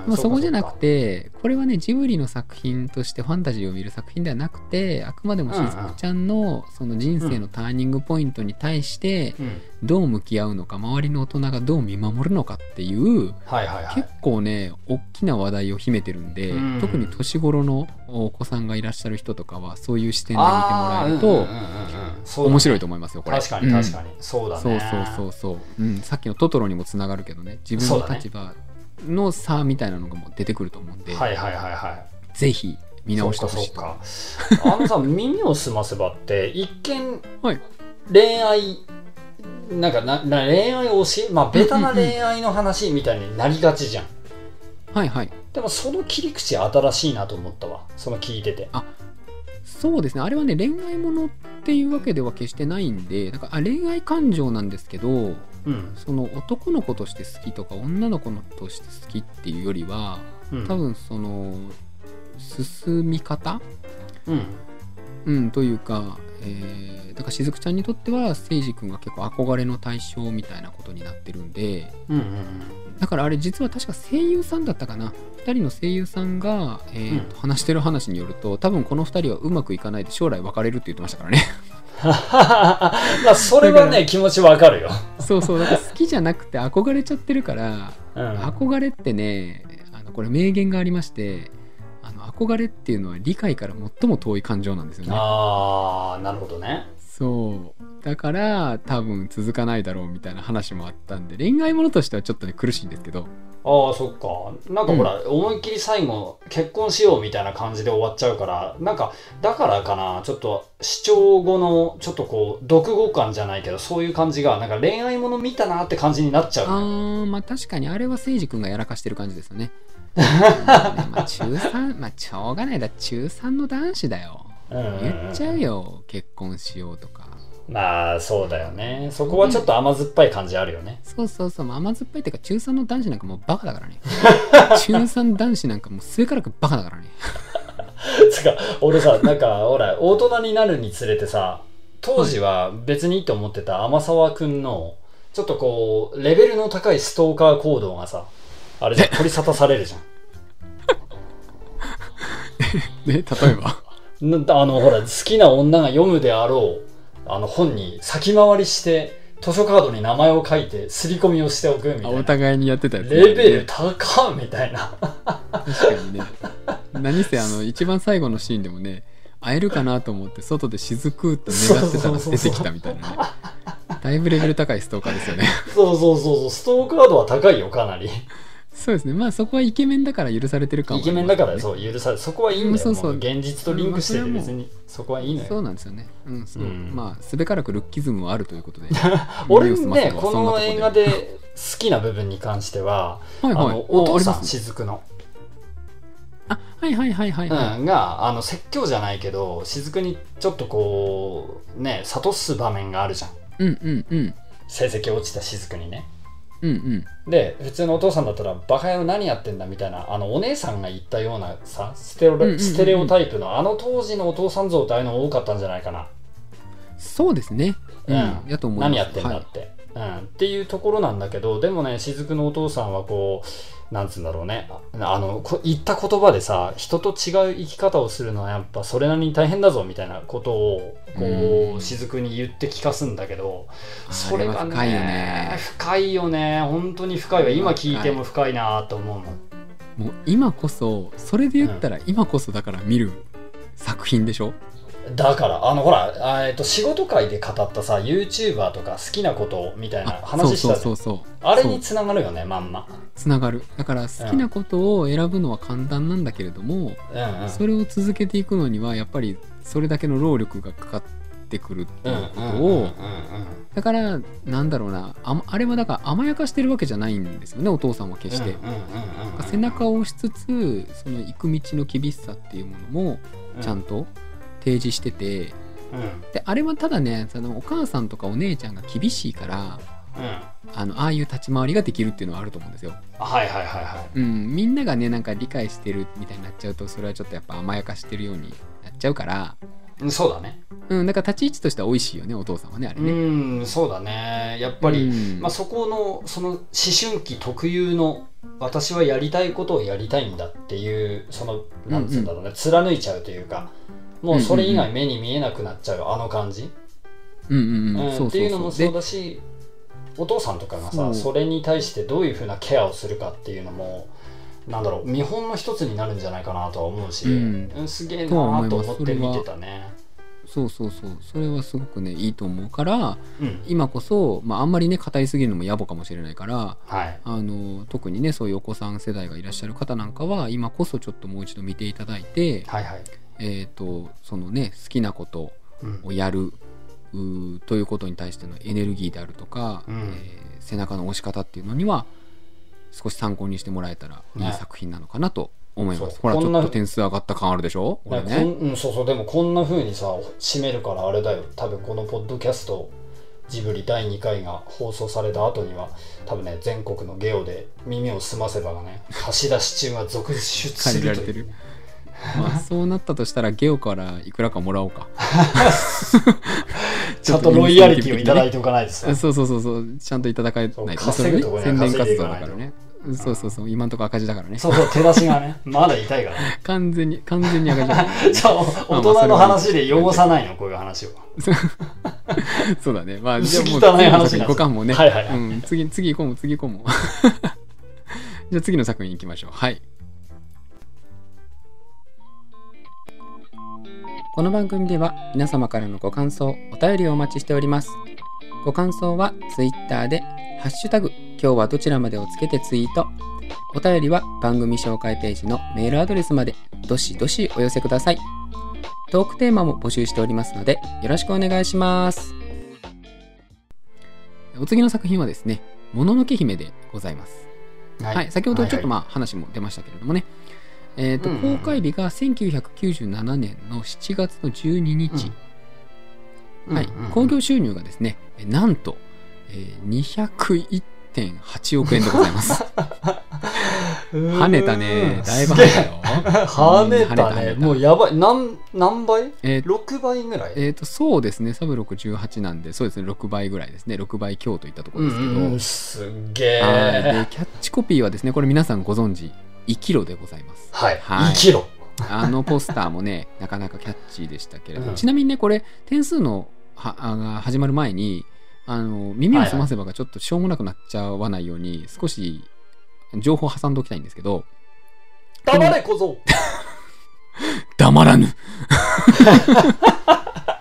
Speaker 1: まあ、そこじゃなく
Speaker 3: て
Speaker 1: てこれはねジブリの作品としてファンタジーを見る作品ではなくてあくまでもしずくちゃんのその人生のターニングポイントに対して
Speaker 3: うん
Speaker 1: どう向き合うのか周りの大人がどう見守るのかっていう
Speaker 3: はいはいはい
Speaker 1: 結構ね大きな話題を秘めてるんで
Speaker 3: うん
Speaker 1: 特に年頃のお子さんがいらっしゃる人とかはそういう視点で見てもらえると
Speaker 3: と
Speaker 1: 面白いと思いますよこれ。
Speaker 3: 確かに確かにそうだね
Speaker 1: そうそうそうそう、うん、さっきのトトロにもつながるけどね自分の立場の差みたいなのがもう出てくると思うんで、
Speaker 3: はいはいはいはい
Speaker 1: ぜひ見直してほしい
Speaker 3: そう
Speaker 1: と
Speaker 3: かそうかあのさ「耳をすませば」って一見、
Speaker 1: はい
Speaker 3: 恋愛なんかなな恋愛推しまあベタな恋愛の話みたいになりがちじゃん,、
Speaker 1: はいはい
Speaker 3: でもその切り口新しいなと思ったわその聞いてて
Speaker 1: そうですねあれはね恋愛ものっていうわけでは決してないんでなんかあ恋愛感情なんですけど
Speaker 3: うん、
Speaker 1: その男の子として好きとか女の子のとして好きっていうよりは
Speaker 3: うん、
Speaker 1: 多分その進み方
Speaker 3: うん
Speaker 1: うん、というか、えー、だからしずくちゃんにとってはせいじ君が結構憧れの対象みたいなことになってるんで
Speaker 3: うんうん [laughs] うん
Speaker 1: だからあれ実は確か声優さんだったかな2人の声優さんが、えーと話してる話によると多分この2人はうまくいかないで将来別れるって言ってましたからね [laughs]
Speaker 3: まあそれはね気持ちわかるよ、
Speaker 1: そうそうだから好きじゃなくて憧れちゃってるから
Speaker 3: うん、
Speaker 1: 憧れってねあのこれ名言がありましてあの憧れっていうのは理解から最も遠い感情なんですよね
Speaker 3: あーなるほどね
Speaker 1: そうだから多分続かないだろうみたいな話もあったんで恋愛ものとしてはちょっとね苦しいんですけど
Speaker 3: ああそっかなんかほら、思いっきり最後結婚しようみたいな感じで終わっちゃうからなんかだからかなちょっと主張後のちょっとこう独語感じゃないけどそういう感じがなんか恋愛もの見たなって感じになっちゃ
Speaker 1: あ
Speaker 3: う
Speaker 1: ーまあ確かにあれは誠司君がやらかしてる感じですよ [laughs] ねまあ中3まあしょうがないだ中3の男子だよ言っちゃう
Speaker 3: よ
Speaker 1: よ結婚しようとか
Speaker 3: まあそうだよねそこはちょっと甘酸っぱい感じあるよね [laughs]
Speaker 1: そうそうそうまあ甘酸っぱいっていうか中3の男子なんかもうバカだから [laughs] ね中3男子なんかもう末からくバカだから [laughs] ね
Speaker 3: つか俺さなんかほら大人になるにつれてさ当時は別にいいと思ってた天沢くんのちょっとこうレベルの高いストーカー行動がさあれじゃん取り沙汰されるじゃん
Speaker 1: で例えば
Speaker 3: なあのほら好きな女が読むであろうあの本に先回りして図書カードに名前を書いて刷り込みをしておくみ
Speaker 1: あ
Speaker 3: た
Speaker 1: お
Speaker 3: い
Speaker 1: [laughs]
Speaker 3: な
Speaker 1: 互いにやってたやつ、
Speaker 3: レベル高っみたいな
Speaker 1: 確かにね何せあの一番最後のシーンでもね会えるかなと思って外で雫って願ってたら出てきたみたいな [laughs] ねだいぶレベル高いストーカーですよね
Speaker 3: そうそうそうそうストーカードは高いよかなり
Speaker 1: そうですねまあそこはイケメンだから許されてる感
Speaker 3: イ
Speaker 1: は
Speaker 3: ケメンだから
Speaker 1: そう
Speaker 3: そう許されそこはいいんだよ
Speaker 1: うんそうそう
Speaker 3: もう現実とリンクして
Speaker 1: う
Speaker 3: て
Speaker 1: んまあ
Speaker 3: 別にそこはいいの
Speaker 1: そ
Speaker 3: よ
Speaker 1: うなんですよねうんそう、
Speaker 3: うん
Speaker 1: まあすべからくルッキズムはあるということで
Speaker 3: [laughs] 俺
Speaker 1: 耳を澄ませ
Speaker 3: ね
Speaker 1: ば
Speaker 3: こ
Speaker 1: そんなとこ
Speaker 3: の映画で好きな部分に関しては
Speaker 1: はい
Speaker 3: あ
Speaker 1: はい
Speaker 3: のお父
Speaker 1: あ
Speaker 3: さ
Speaker 1: あり
Speaker 3: ん
Speaker 1: ます
Speaker 3: 雫の
Speaker 1: あはいはいはいはいはい、
Speaker 3: うん、があの説教じゃないけど雫にちょっとこうね諭す場面があるじゃん
Speaker 1: うん、うんうん
Speaker 3: 成績落ちた雫にね
Speaker 1: うんうん
Speaker 3: で普通のお父さんだったら「バカ野郎何やってんだ」みたいなあのお姉さんが言ったようなさステ
Speaker 1: ん
Speaker 3: ロ
Speaker 1: うんうん
Speaker 3: ステレオタイプのあの当時のお父さん像ってああいうの多かったんじゃないかな
Speaker 1: そうですねうん、
Speaker 3: うん
Speaker 1: やと思います
Speaker 3: 何やってんだ
Speaker 1: はい
Speaker 3: って、うん、っていうところなんだけどでもね雫のお父さんはこうなんつうんだろうねああのこ言った言葉でさ人と違う生き方をするのはやっぱそれなりに大変だぞみたいなことをこ
Speaker 1: う
Speaker 3: うん雫に言って聞かすんだけどそ
Speaker 1: あ
Speaker 3: れ
Speaker 1: れ
Speaker 3: が
Speaker 1: は
Speaker 3: ね
Speaker 1: 深いよね
Speaker 3: 深いよね本当に深いわ今聞いても深いなと思うもん
Speaker 1: もう今こそそれで言ったら今こそだから見る作品でしょ
Speaker 3: だからあのほらあえっと仕事会で語ったさ YouTuber とか好きなことみたい
Speaker 1: あ
Speaker 3: な
Speaker 1: そう
Speaker 3: 話し
Speaker 1: そ
Speaker 3: た
Speaker 1: う
Speaker 3: じゃ
Speaker 1: そ
Speaker 3: ん
Speaker 1: うそう
Speaker 3: あれに
Speaker 1: そう
Speaker 3: つながるよねまんま
Speaker 1: つながるだから好きなことを選ぶのは簡単なんだけれども、
Speaker 3: うんうん
Speaker 1: それを続けていくのにはやっぱりそれだけの労力がかかってくるって
Speaker 3: う
Speaker 1: い
Speaker 3: ん
Speaker 1: うこと
Speaker 3: う
Speaker 1: を、
Speaker 3: んうんうん
Speaker 1: だからなんだろうなああれはだから甘やかしてるわけじゃないんですよねお父さんは決して、
Speaker 3: うんうんうんうん
Speaker 1: 背中を押しつつその行く道の厳しさっていうものもちゃんと提示してて、
Speaker 3: うん
Speaker 1: であれはただねそのお母さんとかお姉ちゃんが厳しいから
Speaker 3: うんうん
Speaker 1: あのああいう立ち回りができるっていうのはあると思うんですよ、
Speaker 3: はいはいはいは
Speaker 1: うん、みんながねなんか理解してるみたいになっちゃうとそれはちょっとやっぱ甘やかしてるようになっちゃうから、
Speaker 3: いうんそうだね
Speaker 1: うん、だから立ち位置としては美味しいよねお父さんはねあれ
Speaker 3: う
Speaker 1: ね。
Speaker 3: んそうだねやっぱり、
Speaker 1: うん
Speaker 3: まあ、そこのその思春期特有の私はやりたいことをやりたいんだっていうそのなんつうんだろうね、貫いちゃうというかもうそれ以外目に見えなくなっちゃうあの感じ、
Speaker 1: うんうん
Speaker 3: う
Speaker 1: うんんそう
Speaker 3: っていうの
Speaker 1: そ
Speaker 3: も
Speaker 1: うそ
Speaker 3: そう
Speaker 1: うで
Speaker 3: だしお父さんとかが
Speaker 1: そ
Speaker 3: さ
Speaker 1: う
Speaker 3: それに対してどういうふうなケアをするかっていうのもなんだろう見本の一つになるんじゃないかなとは思うし、
Speaker 1: うん
Speaker 3: うんすげえな
Speaker 1: とは思い
Speaker 3: ー
Speaker 1: ます
Speaker 3: と思って見てたね。
Speaker 1: そうそうそうそれはすごくねいいと思うから
Speaker 3: うん
Speaker 1: 今こそ、まあ、あんまりね語りすぎるのも野暮かもしれないから
Speaker 3: はい
Speaker 1: あの特にねそういうお子さん世代がいらっしゃる方なんかは今こそちょっともう一度見ていただいて、
Speaker 3: はいはい。
Speaker 1: えー、とそのね好きなこと
Speaker 3: うん
Speaker 1: をやるうーということに対してのエネルギーであるとか、
Speaker 3: うん
Speaker 1: えー背中の押し方っていうのには少し参考にしてもらえたらいい
Speaker 3: ね
Speaker 1: 作品なのかなと思います、
Speaker 3: そう
Speaker 1: ほらち
Speaker 3: こ
Speaker 1: ょ
Speaker 3: ん
Speaker 1: っ
Speaker 3: な
Speaker 1: と点数上がった感あるでしょこれ
Speaker 3: こん
Speaker 1: ね
Speaker 3: うん、そうそうでもこんな風にさ締めるからあれだよ多分このポッドキャストジブリ第2回が放送された後には多分ね全国のゲオで耳を澄ませばがね貸し出し中が続出
Speaker 1: 感
Speaker 3: す
Speaker 1: じら
Speaker 3: る
Speaker 1: れ
Speaker 3: と
Speaker 1: て
Speaker 3: い
Speaker 1: る
Speaker 3: う
Speaker 1: まあそうなったとしたらゲオからいくらかもらおうか
Speaker 3: ちゃんとロイヤリティをいただ
Speaker 1: い
Speaker 3: いておかないです
Speaker 1: あ
Speaker 3: ね
Speaker 1: そうそうそうそうちゃんといただかないとね
Speaker 3: そう稼ぐとこね
Speaker 1: 宣伝活
Speaker 3: 稼いでい
Speaker 1: 動
Speaker 3: かな
Speaker 1: だ
Speaker 3: い
Speaker 1: か
Speaker 3: と
Speaker 1: らねうんそうそうそう今んとこ赤字だからね
Speaker 3: そうそう手出しがねまだ痛いか
Speaker 1: [laughs]
Speaker 3: らね
Speaker 1: 完全に完全に赤字だからね
Speaker 3: [laughs] じゃあ大人の話で汚さないのこういう話を
Speaker 1: [laughs] そうだねまあじゃ
Speaker 3: 薄
Speaker 1: あもう
Speaker 3: 汚い
Speaker 1: 次の
Speaker 3: 話
Speaker 1: 作品
Speaker 3: にな
Speaker 1: 行こうかもうね
Speaker 3: はいはいはい
Speaker 1: うん、次次行こうも次行こうも [laughs] じゃあ次の作品行きましょうはいこの番組では皆様からのご感想お便りをお待ちしておりますご感想はツイッターでハッシュタグ今日はどちらまでをつけてツイートお便りは番組紹介ページのメールアドレスまでどしどしお寄せくださいトークテーマも募集しておりますのでよろしくお願いしますお次の作品はですね「もののけ姫」でございます、
Speaker 3: は
Speaker 1: はい先ほどちょっと
Speaker 3: はい
Speaker 1: まあ話も出ましたけれどもね、えーと
Speaker 3: うんうんうん
Speaker 1: 公開日が1997年の7月の12日、
Speaker 3: うん
Speaker 1: はい
Speaker 3: うんうん
Speaker 1: 興行収入がですねえなんと、えー201.8億円でございます
Speaker 3: [laughs] うーん
Speaker 1: 跳ねたねだいぶ跳
Speaker 3: すげ
Speaker 1: ね
Speaker 3: え
Speaker 1: たよ
Speaker 3: 跳ね
Speaker 1: うん
Speaker 3: たねもうやばい何何倍
Speaker 1: えー
Speaker 3: ?6 倍ぐらい
Speaker 1: えーとそうですねサブ18なんでそうですね6倍ぐらいですね6倍強といったところですけど、
Speaker 3: うん、すっげえ
Speaker 1: はい
Speaker 3: は
Speaker 1: でキャッチコピーはですねこれ皆さんご存知生きろでございます
Speaker 3: い、
Speaker 1: はい
Speaker 3: 生きろ
Speaker 1: あのポスターもね [laughs] なかなかキャッチーでしたけれど、
Speaker 3: うん
Speaker 1: ちなみにねこれ点数のはあが始まる前にあの耳を澄ませばがちょっとしょうもなくなっちゃわないように、少し情報を挟んでおきたいんですけど
Speaker 3: 黙れ小僧
Speaker 1: 黙らぬ [laughs]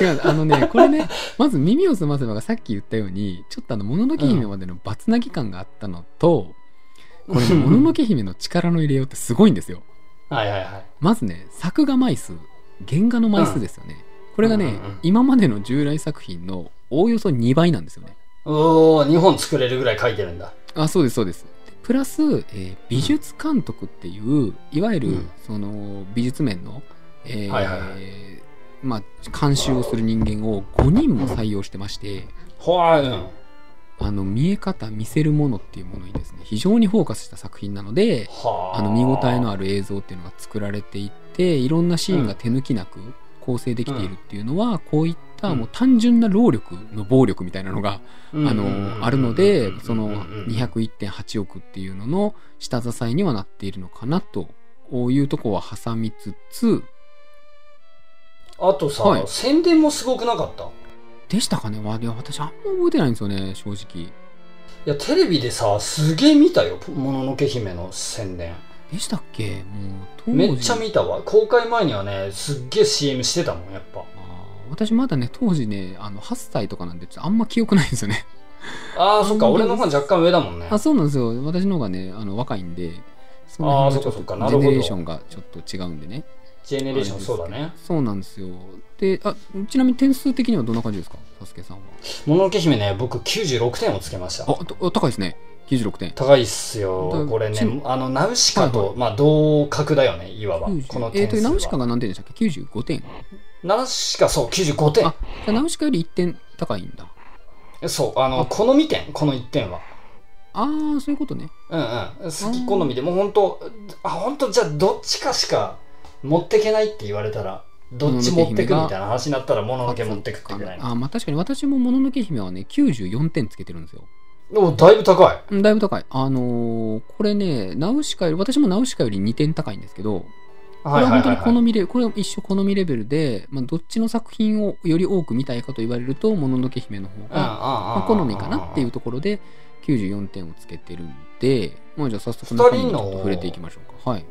Speaker 1: 違うあのねこれねまず耳を澄ませばがさっき言ったようにちょっとあのもののけ姫までのバツナギ感があったのと、これねもののけ姫の力の入れようってすごいんですよ
Speaker 3: はいはいはい
Speaker 1: まずね作画枚数原画の枚数ですよね、これがね、
Speaker 3: うんうんうん
Speaker 1: 今までの従来作品のおおよそ2倍なんですよね
Speaker 3: おー2本作れるぐらい書いてるんだ
Speaker 1: あそうですそうですでプラス、えー美術監督っていういわゆる、
Speaker 3: うん
Speaker 1: その美術面の、えー
Speaker 3: はいはいは
Speaker 1: まあ、監修をする人間を5人も採用してまして
Speaker 3: ほわうん
Speaker 1: あの見え方見せるものっていうものにですね非常にフォーカスした作品なので
Speaker 3: はあ
Speaker 1: あの見応えのある映像っていうのが作られていっていろんなシーンが手抜きなく構成できているっていうのは、こういった
Speaker 3: うん
Speaker 1: もう単純な労力の暴力みたいなのが、
Speaker 3: うん
Speaker 1: あ
Speaker 3: うんうんうんうん
Speaker 1: のあるので、そ
Speaker 3: うん
Speaker 1: の
Speaker 3: うんうん
Speaker 1: 201.8億っていうのの下支えにはなっているのかなとこういうとこは挟みつつ
Speaker 3: あとさ、
Speaker 1: はい
Speaker 3: 宣伝もすごくなかったい
Speaker 1: でしたかねわいや私あんま覚えてないんですよね正直
Speaker 3: やテレビでさすげえ見たよ「もののけ姫」の宣伝
Speaker 1: でしたっけもう当時
Speaker 3: めっちゃ見たわ公開前にはねすっげえ CM してたもんやっぱ
Speaker 1: あー私まだね当時ねあの8歳とかなんでちょっとあんま記憶ないんですよね
Speaker 3: ああそっか俺の方が若干上だもんね
Speaker 1: あそうなんですよ私の方がねあの若いんでそ
Speaker 3: あー
Speaker 1: 辺は
Speaker 3: そっ
Speaker 1: ち
Speaker 3: か
Speaker 1: ょ
Speaker 3: そっ
Speaker 1: っ
Speaker 3: かな
Speaker 1: と
Speaker 3: る
Speaker 1: ジ
Speaker 3: ほ
Speaker 1: ェ
Speaker 3: ど
Speaker 1: ネレーションがちょっと違うんでね
Speaker 3: ジェネレーションそうだね
Speaker 1: そうなんですよであちなみに点数的にはどんな感じですかサスケさんは
Speaker 3: もののけ姫ね僕96点をつけました
Speaker 1: あとあ高いですね96点
Speaker 3: 高いっすよ
Speaker 1: だ
Speaker 3: これ
Speaker 1: ち
Speaker 3: ね
Speaker 1: ん
Speaker 3: あのナウシカと、
Speaker 1: はいは
Speaker 3: まあ同格だよねいわば
Speaker 1: 90
Speaker 3: この
Speaker 1: え
Speaker 3: 点
Speaker 1: っ、と
Speaker 3: 数は、
Speaker 1: ナウシカが何点でしたっけ95点じ
Speaker 3: ナウシカそう95点
Speaker 1: あゃあナウシカより1点高いんだ
Speaker 3: そうあの
Speaker 1: あ
Speaker 3: 好み点この1点は
Speaker 1: ああそういうことね
Speaker 3: うんうん好き好みでもう本当あ本当じゃあどっちかしか持ってけないって言われたらどっち持ってくみたいな話になったらもののけ持ってくって
Speaker 1: あ
Speaker 3: ぐらい
Speaker 1: あまあ確かに私ももののけ姫はね94点つけてるんですよ
Speaker 3: でもだいぶ高い
Speaker 1: うんだいぶ高いあのーこれねナウシカより私もナウシカより2点高いんですけどこ
Speaker 3: は
Speaker 1: れは
Speaker 3: いはい
Speaker 1: 本
Speaker 3: は
Speaker 1: 当
Speaker 3: い
Speaker 1: に
Speaker 3: はい
Speaker 1: 好みでこれは一緒好みレベルで、まあ、どっちの作品をより多く見たいかと言われるともののけ姫の方が、まあ、好みかなっていう
Speaker 3: と
Speaker 1: ところで94点をつけてるんで、まあ、じゃあ早速
Speaker 3: 二
Speaker 1: 中身に
Speaker 3: 人の
Speaker 1: ちょっと触れていきましょうかはい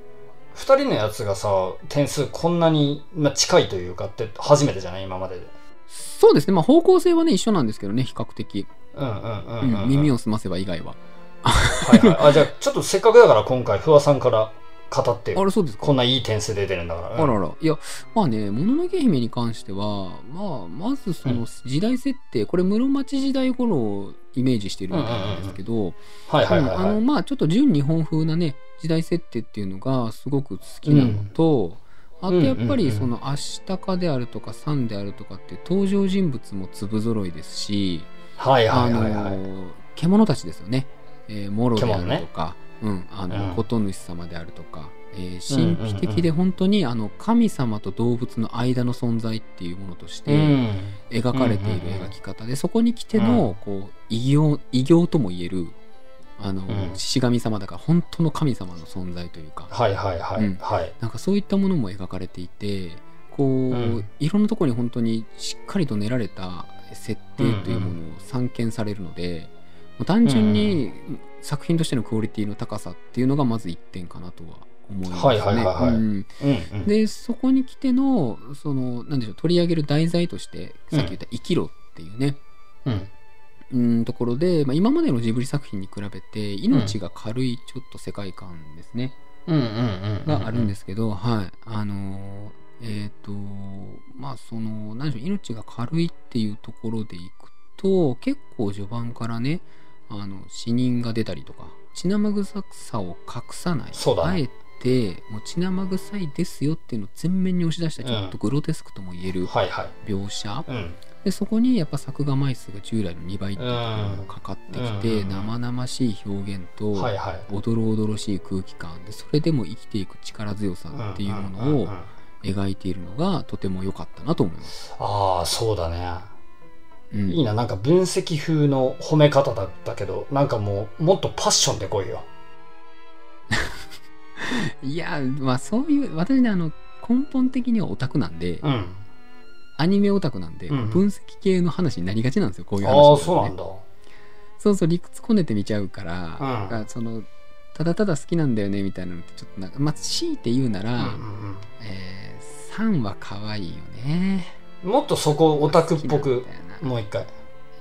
Speaker 3: 2人のやつがさ点数こんなに、まあ、近いというかって初めてじゃない今までで
Speaker 1: そうですねまあ方向性はね一緒なんですけどね比較的、
Speaker 3: うんうんうん
Speaker 1: う
Speaker 3: うんん、うん
Speaker 1: 耳を澄ませば以外は
Speaker 3: はいはいあじゃあちょっとせっかくだから今回不破さんから語ってよ
Speaker 1: あれそうですか
Speaker 3: こんないい点数出てるんだから、
Speaker 1: あらあら。いや、まあね、もののけ姫に関しては、まあ、まずその時代設定、これ室町時代頃をイメージしてるみたいなんですけど、
Speaker 3: はいはいはい
Speaker 1: うんあ
Speaker 3: は
Speaker 1: の、
Speaker 3: い
Speaker 1: まあ、ちょっと純日本風なね、時代設定っていうのがすごく好きなのと、あとやっぱ
Speaker 3: うんうんうん
Speaker 1: りその、アシタカであるとか、サンであるとかって登場人物も粒揃いですし、
Speaker 3: はいは
Speaker 1: あ
Speaker 3: い
Speaker 1: の
Speaker 3: はいはい
Speaker 1: 獣たちですよね、えー、モロである
Speaker 3: 獣
Speaker 1: と
Speaker 3: ね
Speaker 1: か、うん、あの、
Speaker 3: うん
Speaker 1: 琴主様であるとか、えー神秘的で本当に、あの神様と動物の間の存在っていうものとし
Speaker 3: う
Speaker 1: て
Speaker 3: ん
Speaker 1: 描かれている
Speaker 3: うんうんうん
Speaker 1: 描き方で、そこに来ての、こう異形異形とも言えるあの、
Speaker 3: ん
Speaker 1: 獅子神様だから本当の神様の存在というか、
Speaker 3: はいはいは
Speaker 1: う
Speaker 3: い
Speaker 1: ん
Speaker 3: はい
Speaker 1: なんかそういったものも描かれていてこう、
Speaker 3: うん
Speaker 1: いろんなところに本当にしっかりと練られた設定というものを散見されるので、もう単純に作品としてのクオリティの高さっていうのがまず1点かなとは思いますね。
Speaker 3: はいはいはいはい
Speaker 1: うん
Speaker 3: うんうん
Speaker 1: でそこに来てのそのなんでしょう取り上げる題材としてさっき言った「生きろ」っていうね、
Speaker 3: うん
Speaker 1: うんところで、まあ、今までのジブリ作品に比べて命が軽いちょっと世界観ですね。
Speaker 3: うんうんうん
Speaker 1: があるんですすけど、はいあのえっ、とまあその何でしょう命が軽いっていうところでいくと結構序盤からねあの死人が出たりとか血生臭さを隠さない
Speaker 3: そうだ
Speaker 1: あ
Speaker 3: ね
Speaker 1: えてもう血生臭いですよっていうのを前面に押し出したちょっとグロテスクとも言える
Speaker 3: はいはい
Speaker 1: 描写、
Speaker 3: うん
Speaker 1: でそこにやっぱ作画枚数が従来の2倍っていうところがかかってきて、
Speaker 3: うん
Speaker 1: 生々しい表現と、
Speaker 3: はいはい
Speaker 1: おどろおどろしい空気感でそれでも生きていく力強さっていうも
Speaker 3: ん
Speaker 1: の
Speaker 3: ん
Speaker 1: を
Speaker 3: んん
Speaker 1: 描いているのがとても良かったなと思います。
Speaker 3: ああそうだね
Speaker 1: うん、
Speaker 3: いいななんか分析風の褒め方だったけどなんかもうもっとパッションで来いよ
Speaker 1: いやまあそういう私ねあの根本的にはオタクなんで、
Speaker 3: うん
Speaker 1: アニメオタクなんで、
Speaker 3: うん
Speaker 1: 分析系の話になりがちなんですよこういう話にる
Speaker 3: あ
Speaker 1: と
Speaker 3: あそうなんだ
Speaker 1: そうそう理屈こねてみちゃうから、
Speaker 3: うん
Speaker 1: だからそのただただ好きなんだよねみたいなのってちょっとなんかまあ強いて言うな
Speaker 3: う
Speaker 1: ら、
Speaker 3: んうんうん
Speaker 1: えー、3は可愛いよね。
Speaker 3: もっとそこオタクっ
Speaker 1: 好
Speaker 3: ぽ
Speaker 1: き
Speaker 3: く
Speaker 1: なんだよな
Speaker 3: もう一回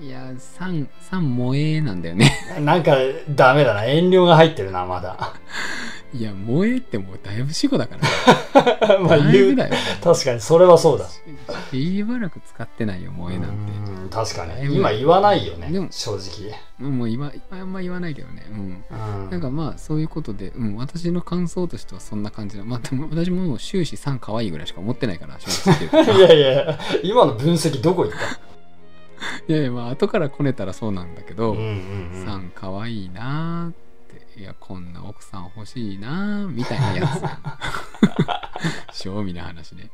Speaker 1: いや3、3萌えなんだよね。
Speaker 3: なんかダメだな遠慮が入ってるなまだ
Speaker 1: いや、萌えってもうだいぶ死後だから。
Speaker 3: [laughs] まあ
Speaker 1: だい
Speaker 3: 言
Speaker 1: ぶ
Speaker 3: う
Speaker 1: だよ。
Speaker 3: 確かにそれはそうだ
Speaker 1: しばらく使ってないよ、萌えなんて。
Speaker 3: うん確か
Speaker 1: だいぶ
Speaker 3: に今言わないよ
Speaker 1: で
Speaker 3: ね
Speaker 1: も
Speaker 3: 正直
Speaker 1: うんもう今、今あんま言わないけどね。うん。
Speaker 3: な
Speaker 1: なんかまあ、そういうことで、うん、私の感想としてはそんな感じな。まあ、でも私ももう終始3可愛いぐらいしか思ってないから、正直言って
Speaker 3: いやいや今の分析どこ行った
Speaker 1: いやいや、まあ、後からこねたらそうなんだけ
Speaker 3: うん
Speaker 1: ど、
Speaker 3: うんうん
Speaker 1: 3可愛いなーって、いや、こんな奥さん欲しいなーみたいなやつ。正味な話ね。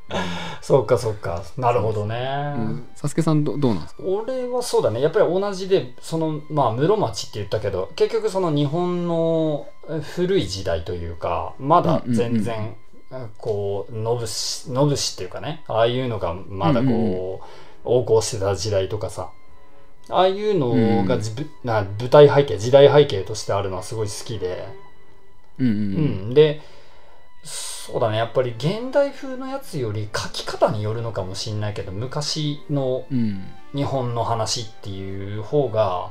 Speaker 3: そうかそうかなるほどね
Speaker 1: うん、サスケさんど、どうなんですか
Speaker 3: 俺はそうだねやっぱり同じでそのまあ室町って言ったけど結局その日本のえ古い時代というかまだ全然えこう信し信しっていうかねああいうのがまだ
Speaker 1: うんうん
Speaker 3: こう横行してた時代とかさああいうのがじぶな舞台背景時代背景としてあるのはすごい好きで
Speaker 1: うんう
Speaker 3: うんん、でそうだねやっぱり現代風のやつより書き方によるのかもしんないけど昔の
Speaker 1: うんうん
Speaker 3: 日本の話っていう方が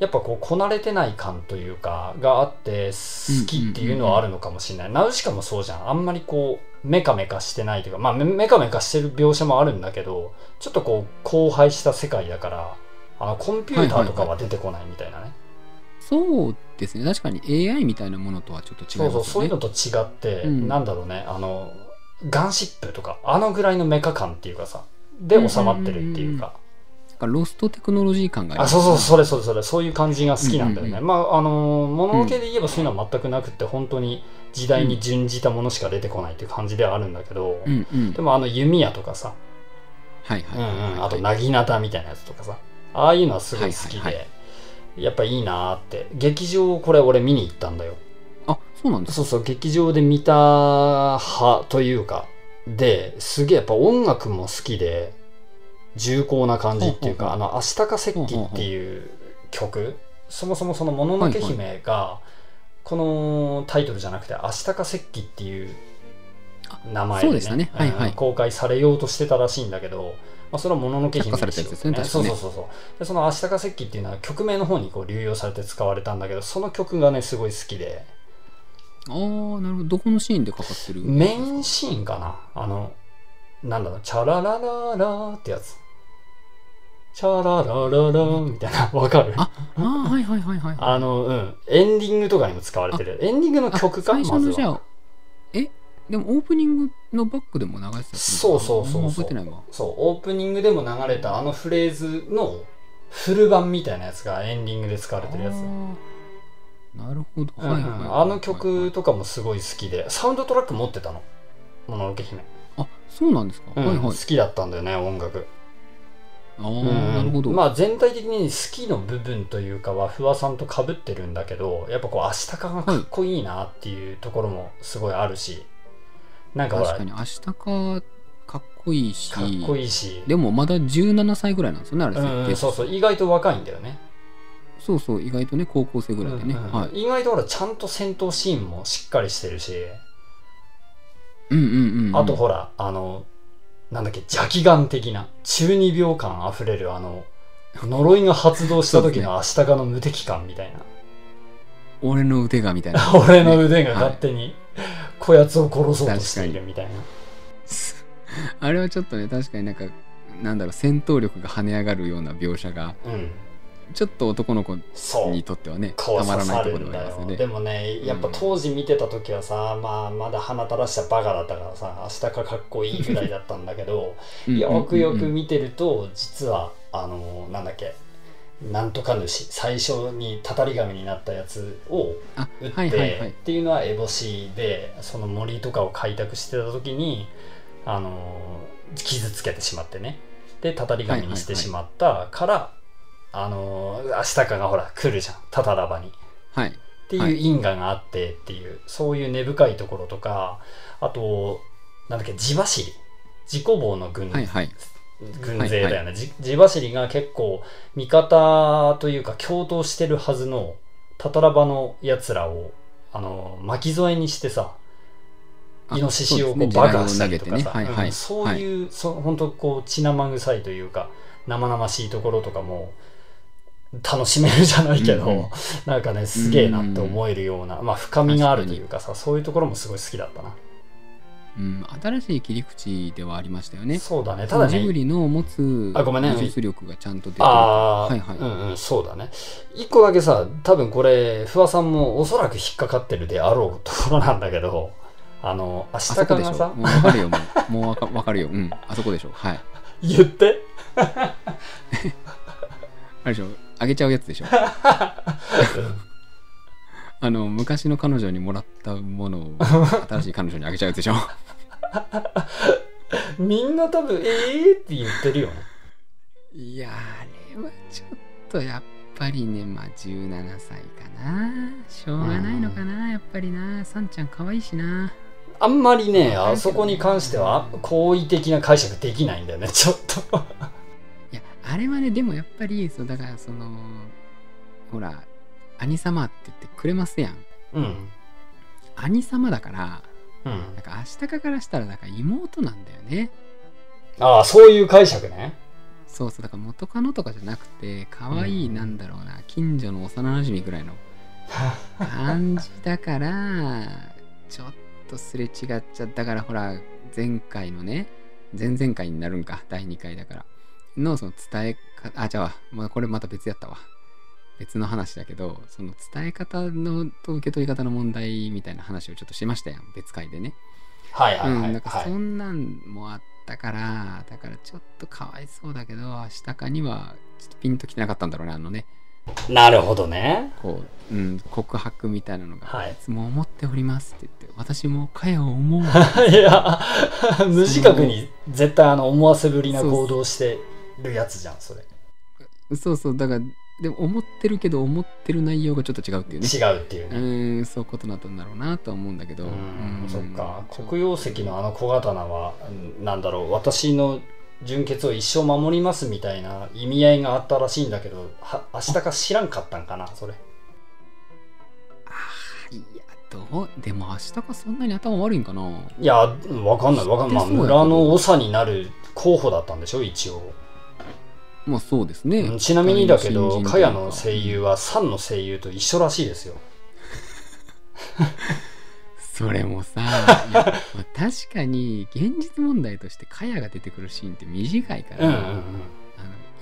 Speaker 3: やっぱこうこなれてない感というかがあって好きっていうのはあるのかもしれない、ナウシカもそうじゃんあんまりこうメカメカしてないというかまあメメカメカしてる描写もあるんだけどちょっとこう荒廃した世界だからあのコンピューターとかは出てこないみたいなね、
Speaker 1: そうですね確かに AI みたいなものとはちょっと違いますよ
Speaker 3: そう
Speaker 1: ね
Speaker 3: そうそういうのと違って、
Speaker 1: うん
Speaker 3: なんだろうねあのガンシップとかあのぐらいのメカ感っていうかさで収まってるっていうか、
Speaker 1: なんかロストテクノロジー感があり
Speaker 3: あ
Speaker 1: ます
Speaker 3: そうそうそれそれそれそういう感じが好きなんだよね、
Speaker 1: うんうんう
Speaker 3: まああのー物置で言えばそういうのは全くなくって本当に時代に準じたものしか出てこないっていう感じではあるんだけど、
Speaker 1: うんうん
Speaker 3: でもあの弓矢とかさ、
Speaker 1: はいはい
Speaker 3: うん
Speaker 1: はいはい、
Speaker 3: うん、あとなぎなたみたいなやつとかさああいうのはすごい好きで、
Speaker 1: はいはい
Speaker 3: やっぱいいなーって劇場これ俺見に行ったんだよ
Speaker 1: あそうなんです
Speaker 3: そうそう劇場で見た派というかですげえやっぱ音楽も好きで重厚な感じっていうか「
Speaker 1: ほ
Speaker 3: あ
Speaker 1: う
Speaker 3: のアシタカ石器」っていう曲そもそもその「もののけ姫」がこのタイトルじゃなくて「アシタカ石器」っていう名前
Speaker 1: そうでしたねはいはい
Speaker 3: うん公開されようとしてたらしいんだけど、まあ、それはもののけ姫にしよう
Speaker 1: 却下されたやつですね確か
Speaker 3: そう
Speaker 1: に
Speaker 3: そ
Speaker 1: ね
Speaker 3: うそうそうでその「アシタカ石器」っていうのは曲名の方にこう流用されて使われたんだけどその曲がねすごい好きで。
Speaker 1: ああなるほどどこのシーンでかかってる
Speaker 3: メインシーンかなあの、なんだろう、チャララララってやつ。チャララララみたいな、 [laughs] わかるあ
Speaker 1: ああーはいはいはいはい
Speaker 3: の、うん、エンディングとかにも使われてる。エンディングの曲か、
Speaker 1: あ
Speaker 3: ま
Speaker 1: 最初
Speaker 3: ず
Speaker 1: のじゃ
Speaker 3: は。
Speaker 1: あえでもオープニングのバックでも流れてたやつ
Speaker 3: そうそうそうそう
Speaker 1: あんま覚えてないわ
Speaker 3: そう、オープニングでも流れたあのフレーズのフル版みたいなやつがエンディングで使われてるやつ。
Speaker 1: あ
Speaker 3: うん
Speaker 1: ーなるほど、
Speaker 3: う
Speaker 1: はいはいはいはい
Speaker 3: んあの曲とかもすごい好きで、サウンドトラック持ってたの。もののけ姫。
Speaker 1: あそうなんですか、
Speaker 3: うん
Speaker 1: はい
Speaker 3: 好
Speaker 1: はい
Speaker 3: きだったんだよね、音楽。
Speaker 1: ああ、
Speaker 3: うん
Speaker 1: なるほど、
Speaker 3: まあ全体的に好きの部分というかは不破さんとかぶってるんだけどやっぱこう足高がかっこいいなっていうところもすごいあるし、なんかほら
Speaker 1: 確かに明日かかっこいいし
Speaker 3: かっこいいし
Speaker 1: でもまだ17歳ぐらいなんですよねあれ
Speaker 3: う
Speaker 1: 設
Speaker 3: んう
Speaker 1: 定
Speaker 3: ん、そうそう意外と若いんだよね
Speaker 1: そうそう意外とね高校生ぐらいでね、
Speaker 3: うんうん
Speaker 1: はい、
Speaker 3: 意外とほらちゃんと戦闘シーンもしっかりしてるし、
Speaker 1: うんうんうんうん
Speaker 3: あとほらあのなんだっけ邪気眼的な中二病感あふれるあの呪いが発動した時の足高の無敵感みたいな
Speaker 1: 俺の腕がみたいな [laughs]
Speaker 3: [laughs] 俺の腕が勝手にこやつを殺そうとしているみたいな。
Speaker 1: あれはちょっとね確かになんかなんだろう戦闘力が跳ね上がるような描写が
Speaker 3: うん、
Speaker 1: ちょっと男の子
Speaker 3: そう
Speaker 1: にとってはねた
Speaker 3: こう
Speaker 1: ま
Speaker 3: 刺
Speaker 1: らな
Speaker 3: さ
Speaker 1: いとこ
Speaker 3: る
Speaker 1: ろ
Speaker 3: ん
Speaker 1: ではあ
Speaker 3: だ
Speaker 1: ります
Speaker 3: よ、
Speaker 1: よね
Speaker 3: でもねやっぱ当時見てた時はさ、まあ、まだ鼻垂らしたバカだったからさ明日かかっこいいぐらいだったんだけ
Speaker 1: [laughs]
Speaker 3: ど
Speaker 1: うん
Speaker 3: よくよ
Speaker 1: うん
Speaker 3: く
Speaker 1: うんうん
Speaker 3: 見てると実はあのなんだっけなんとか主最初にたたり神になったやつを
Speaker 1: あ
Speaker 3: 打って、
Speaker 1: はいはいはい
Speaker 3: っていうのは烏帽子でその森とかを開拓してた時にあの傷つけてしまってねでたたり神にしてしまったから、あの明日かがほら来るじゃんたたらばに。
Speaker 1: はい
Speaker 3: っていう因果があってっていう、そういう根深いところとかあとなんだっけ地走り自己棒の軍,、
Speaker 1: はいはい
Speaker 3: 軍勢だよね、じ地走りが結構味方というか共闘してるはずのタタラバのやつらをあの巻き添えにしてさ
Speaker 1: あ
Speaker 3: イノシシを
Speaker 1: そう
Speaker 3: こ
Speaker 1: で
Speaker 3: う
Speaker 1: すね
Speaker 3: 爆破したりとか
Speaker 1: 地雷
Speaker 3: さ
Speaker 1: を投げてねはいはい
Speaker 3: うんそういう、そ本当こう血生臭いというか生々しいところとかも楽しめるじゃないけど、
Speaker 1: うんうん
Speaker 3: なんかねすげえなって思えるような、まあ、深みがあるというかさそういうところもすごい好きだったな、
Speaker 1: うん新しい切り口ではありましたよね
Speaker 3: そうだねただ
Speaker 1: ジブ
Speaker 3: ね
Speaker 1: リの持つ
Speaker 3: あごめんね
Speaker 1: 技術力がちゃんと出てる
Speaker 3: ああ、
Speaker 1: はいはい
Speaker 3: うんうんそうだね一個だけさ多分これ不破さんもおそらく引っかかってるであろうところなんだけどあの
Speaker 1: あ
Speaker 3: 明日か
Speaker 1: そこでし
Speaker 3: が
Speaker 1: ょ
Speaker 3: さ
Speaker 1: もう分かるよもうもうわかわかるようんあそこでしょはい
Speaker 3: 言って
Speaker 1: あれでしょあげちゃうやつでしょあの昔の彼女にもらったものを新しい彼女にあげちゃうやつでしょ
Speaker 3: みんな多分ええー、って言ってるよね
Speaker 1: [laughs] いやあれはちょっとやっぱりねまあ17歳かなしょうがないのかなやっぱりなさんちゃん可愛いしな
Speaker 3: あんまりねあそこに関しては好意的な解釈できないんだよねちょっと
Speaker 1: いやあれはねでもやっぱりそうだからそのほら兄様って言ってくれますやん
Speaker 3: うん
Speaker 1: 兄様だから
Speaker 3: うん
Speaker 1: なんか足高からしたらなんか妹なんだよね
Speaker 3: ああそういう解釈ね [laughs]
Speaker 1: そうそうだから元カノとかじゃなくて可愛いなんだろうな近所の幼馴染ぐらいの感じだからちょっとすれ違っちゃったからほら前回のね前々回になるんか第2回だからのその伝えかあじゃあ、まあ、これまた別やったわ別の話だけどその伝え方のと受け取り方の問題みたいな話をちょっとしましたやん別回でね
Speaker 3: はいは
Speaker 1: う
Speaker 3: いは
Speaker 1: ん、
Speaker 3: い、
Speaker 1: なんか
Speaker 3: はい
Speaker 1: そんなんもあったから、だからちょっとかわいそうだけど、したかにはちょっとピンときてなかったんだろうね、あのね、
Speaker 3: なるほどね
Speaker 1: こう、うん、告白みたいなのが、
Speaker 3: はい
Speaker 1: い、つも思っておりますって言って、私もかやを思う。
Speaker 3: [laughs] いや無自覚に絶対あの思わせぶりな行動してるやつじゃんそれ
Speaker 1: そうそう、だから、でも思ってるけど、思ってる内容がちょっと違うっていうね。
Speaker 3: 違うっていう
Speaker 1: う
Speaker 3: ね
Speaker 1: ーん、そういうことだったんだろうなとは思うんだけど。
Speaker 3: うん
Speaker 1: うん
Speaker 3: そっか黒曜石のあの小刀はうんなんだろう私の純血を一生守りますみたいな意味合いがあったらしいんだけどは明日か知らんかったんかなそれ
Speaker 1: あいや、どう、でも明日かそんなに頭悪いんかない
Speaker 3: やうんわかんないわかんない、まあ、
Speaker 1: 知ってそうやけど
Speaker 3: 村の長になる候補だったんでしょ一応
Speaker 1: まあそうですね。
Speaker 3: うんちなみにだけ
Speaker 1: 新
Speaker 3: ど、
Speaker 1: 人と
Speaker 3: か
Speaker 1: いう
Speaker 3: やの声優は、サンの声優と一緒らしいですよ。
Speaker 1: それも
Speaker 3: [laughs]
Speaker 1: さいやまあ確かに現実問題としてカヤが出てくるシーンって短いか
Speaker 3: う
Speaker 1: ら、
Speaker 3: んうん
Speaker 1: あの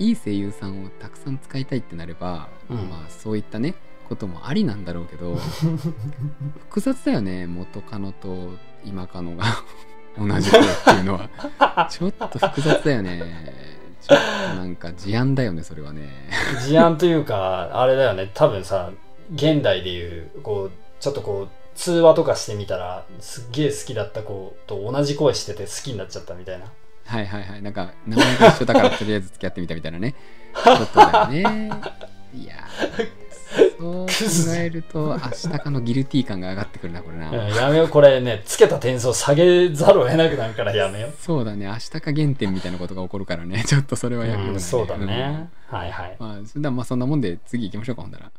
Speaker 1: いい声優さんをたくさん使いたいってなれば、
Speaker 3: うん
Speaker 1: まあそういったねこともありなんだろうけ
Speaker 3: [laughs]
Speaker 1: ど複雑だよね元カノと今カノが同じ声っていうの
Speaker 3: [laughs]
Speaker 1: はちょっと複雑だよねちょっとなんか事案だよねそれはね
Speaker 3: うん。事案というか、あれだよね、多分さ、現代でいう、こう、ちょっとこう、通話とかしてみたら、すっげえ好きだった子と同じ声してて好きになっちゃったみたいな。
Speaker 1: はいはいはいなんか名前が一緒だからとりあえず付き合ってみたみたいなねことだよね。いやー、そう考えると、明日かのギルティー感が上がってくるな、これ
Speaker 3: うん
Speaker 1: な。
Speaker 3: やめよう、これね、つけた点数を下げざるを得なくなるからやめよう。
Speaker 1: そうだね、明日か原点みたいなことが起こるからね、 [laughs] ちょっとそれはやくない、
Speaker 3: うん、そうだね。はいはい。
Speaker 1: うん。まあ、そんなまあそんなもんで、次行きましょうか、ほんだら。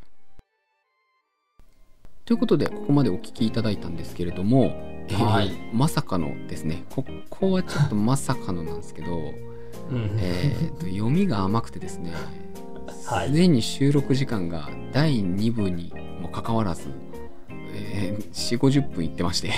Speaker 1: ということで、ここまでお聞きいただいたんですけれども、えー
Speaker 3: はい
Speaker 1: まさかのですね、ここはちょっとまさかのなんですけど、
Speaker 3: うん
Speaker 1: えーと読みが甘くてですね
Speaker 3: はい
Speaker 1: すでに収録時間が第2部にもかかわらず、えー、4 5 0分いってまして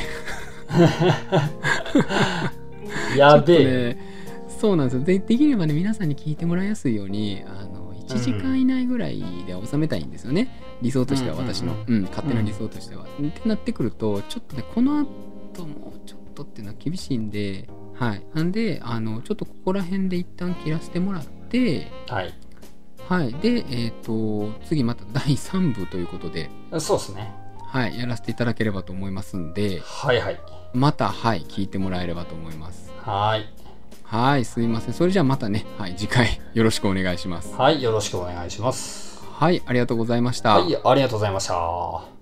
Speaker 3: やべえ。
Speaker 1: ちょっとねそうなんですよでできればね皆さんに聞いてもらいやすいようにあの1時間以内ぐらいでは収めたいんですよね、理想としては私の、
Speaker 3: う
Speaker 1: うん勝手な理想としては、ってなってくるとちょっとねこの後もちょっとっていうのは厳しいんではいなんであのちょっとここら辺で一旦切らせてもらって
Speaker 3: はい。
Speaker 1: はい。で、えっ、と、次また第3部ということで、
Speaker 3: そうですね。
Speaker 1: はい、やらせていただければと思いますんで、
Speaker 3: はいはい。
Speaker 1: また、はい、聞いてもらえればと思います。
Speaker 3: はい。
Speaker 1: はい、すいません。それじゃあまたね、はい、次回よろしくお願いします。
Speaker 3: はい、よろしくお願いします。
Speaker 1: はい、ありがとうございました。
Speaker 3: はい、ありがとうございました。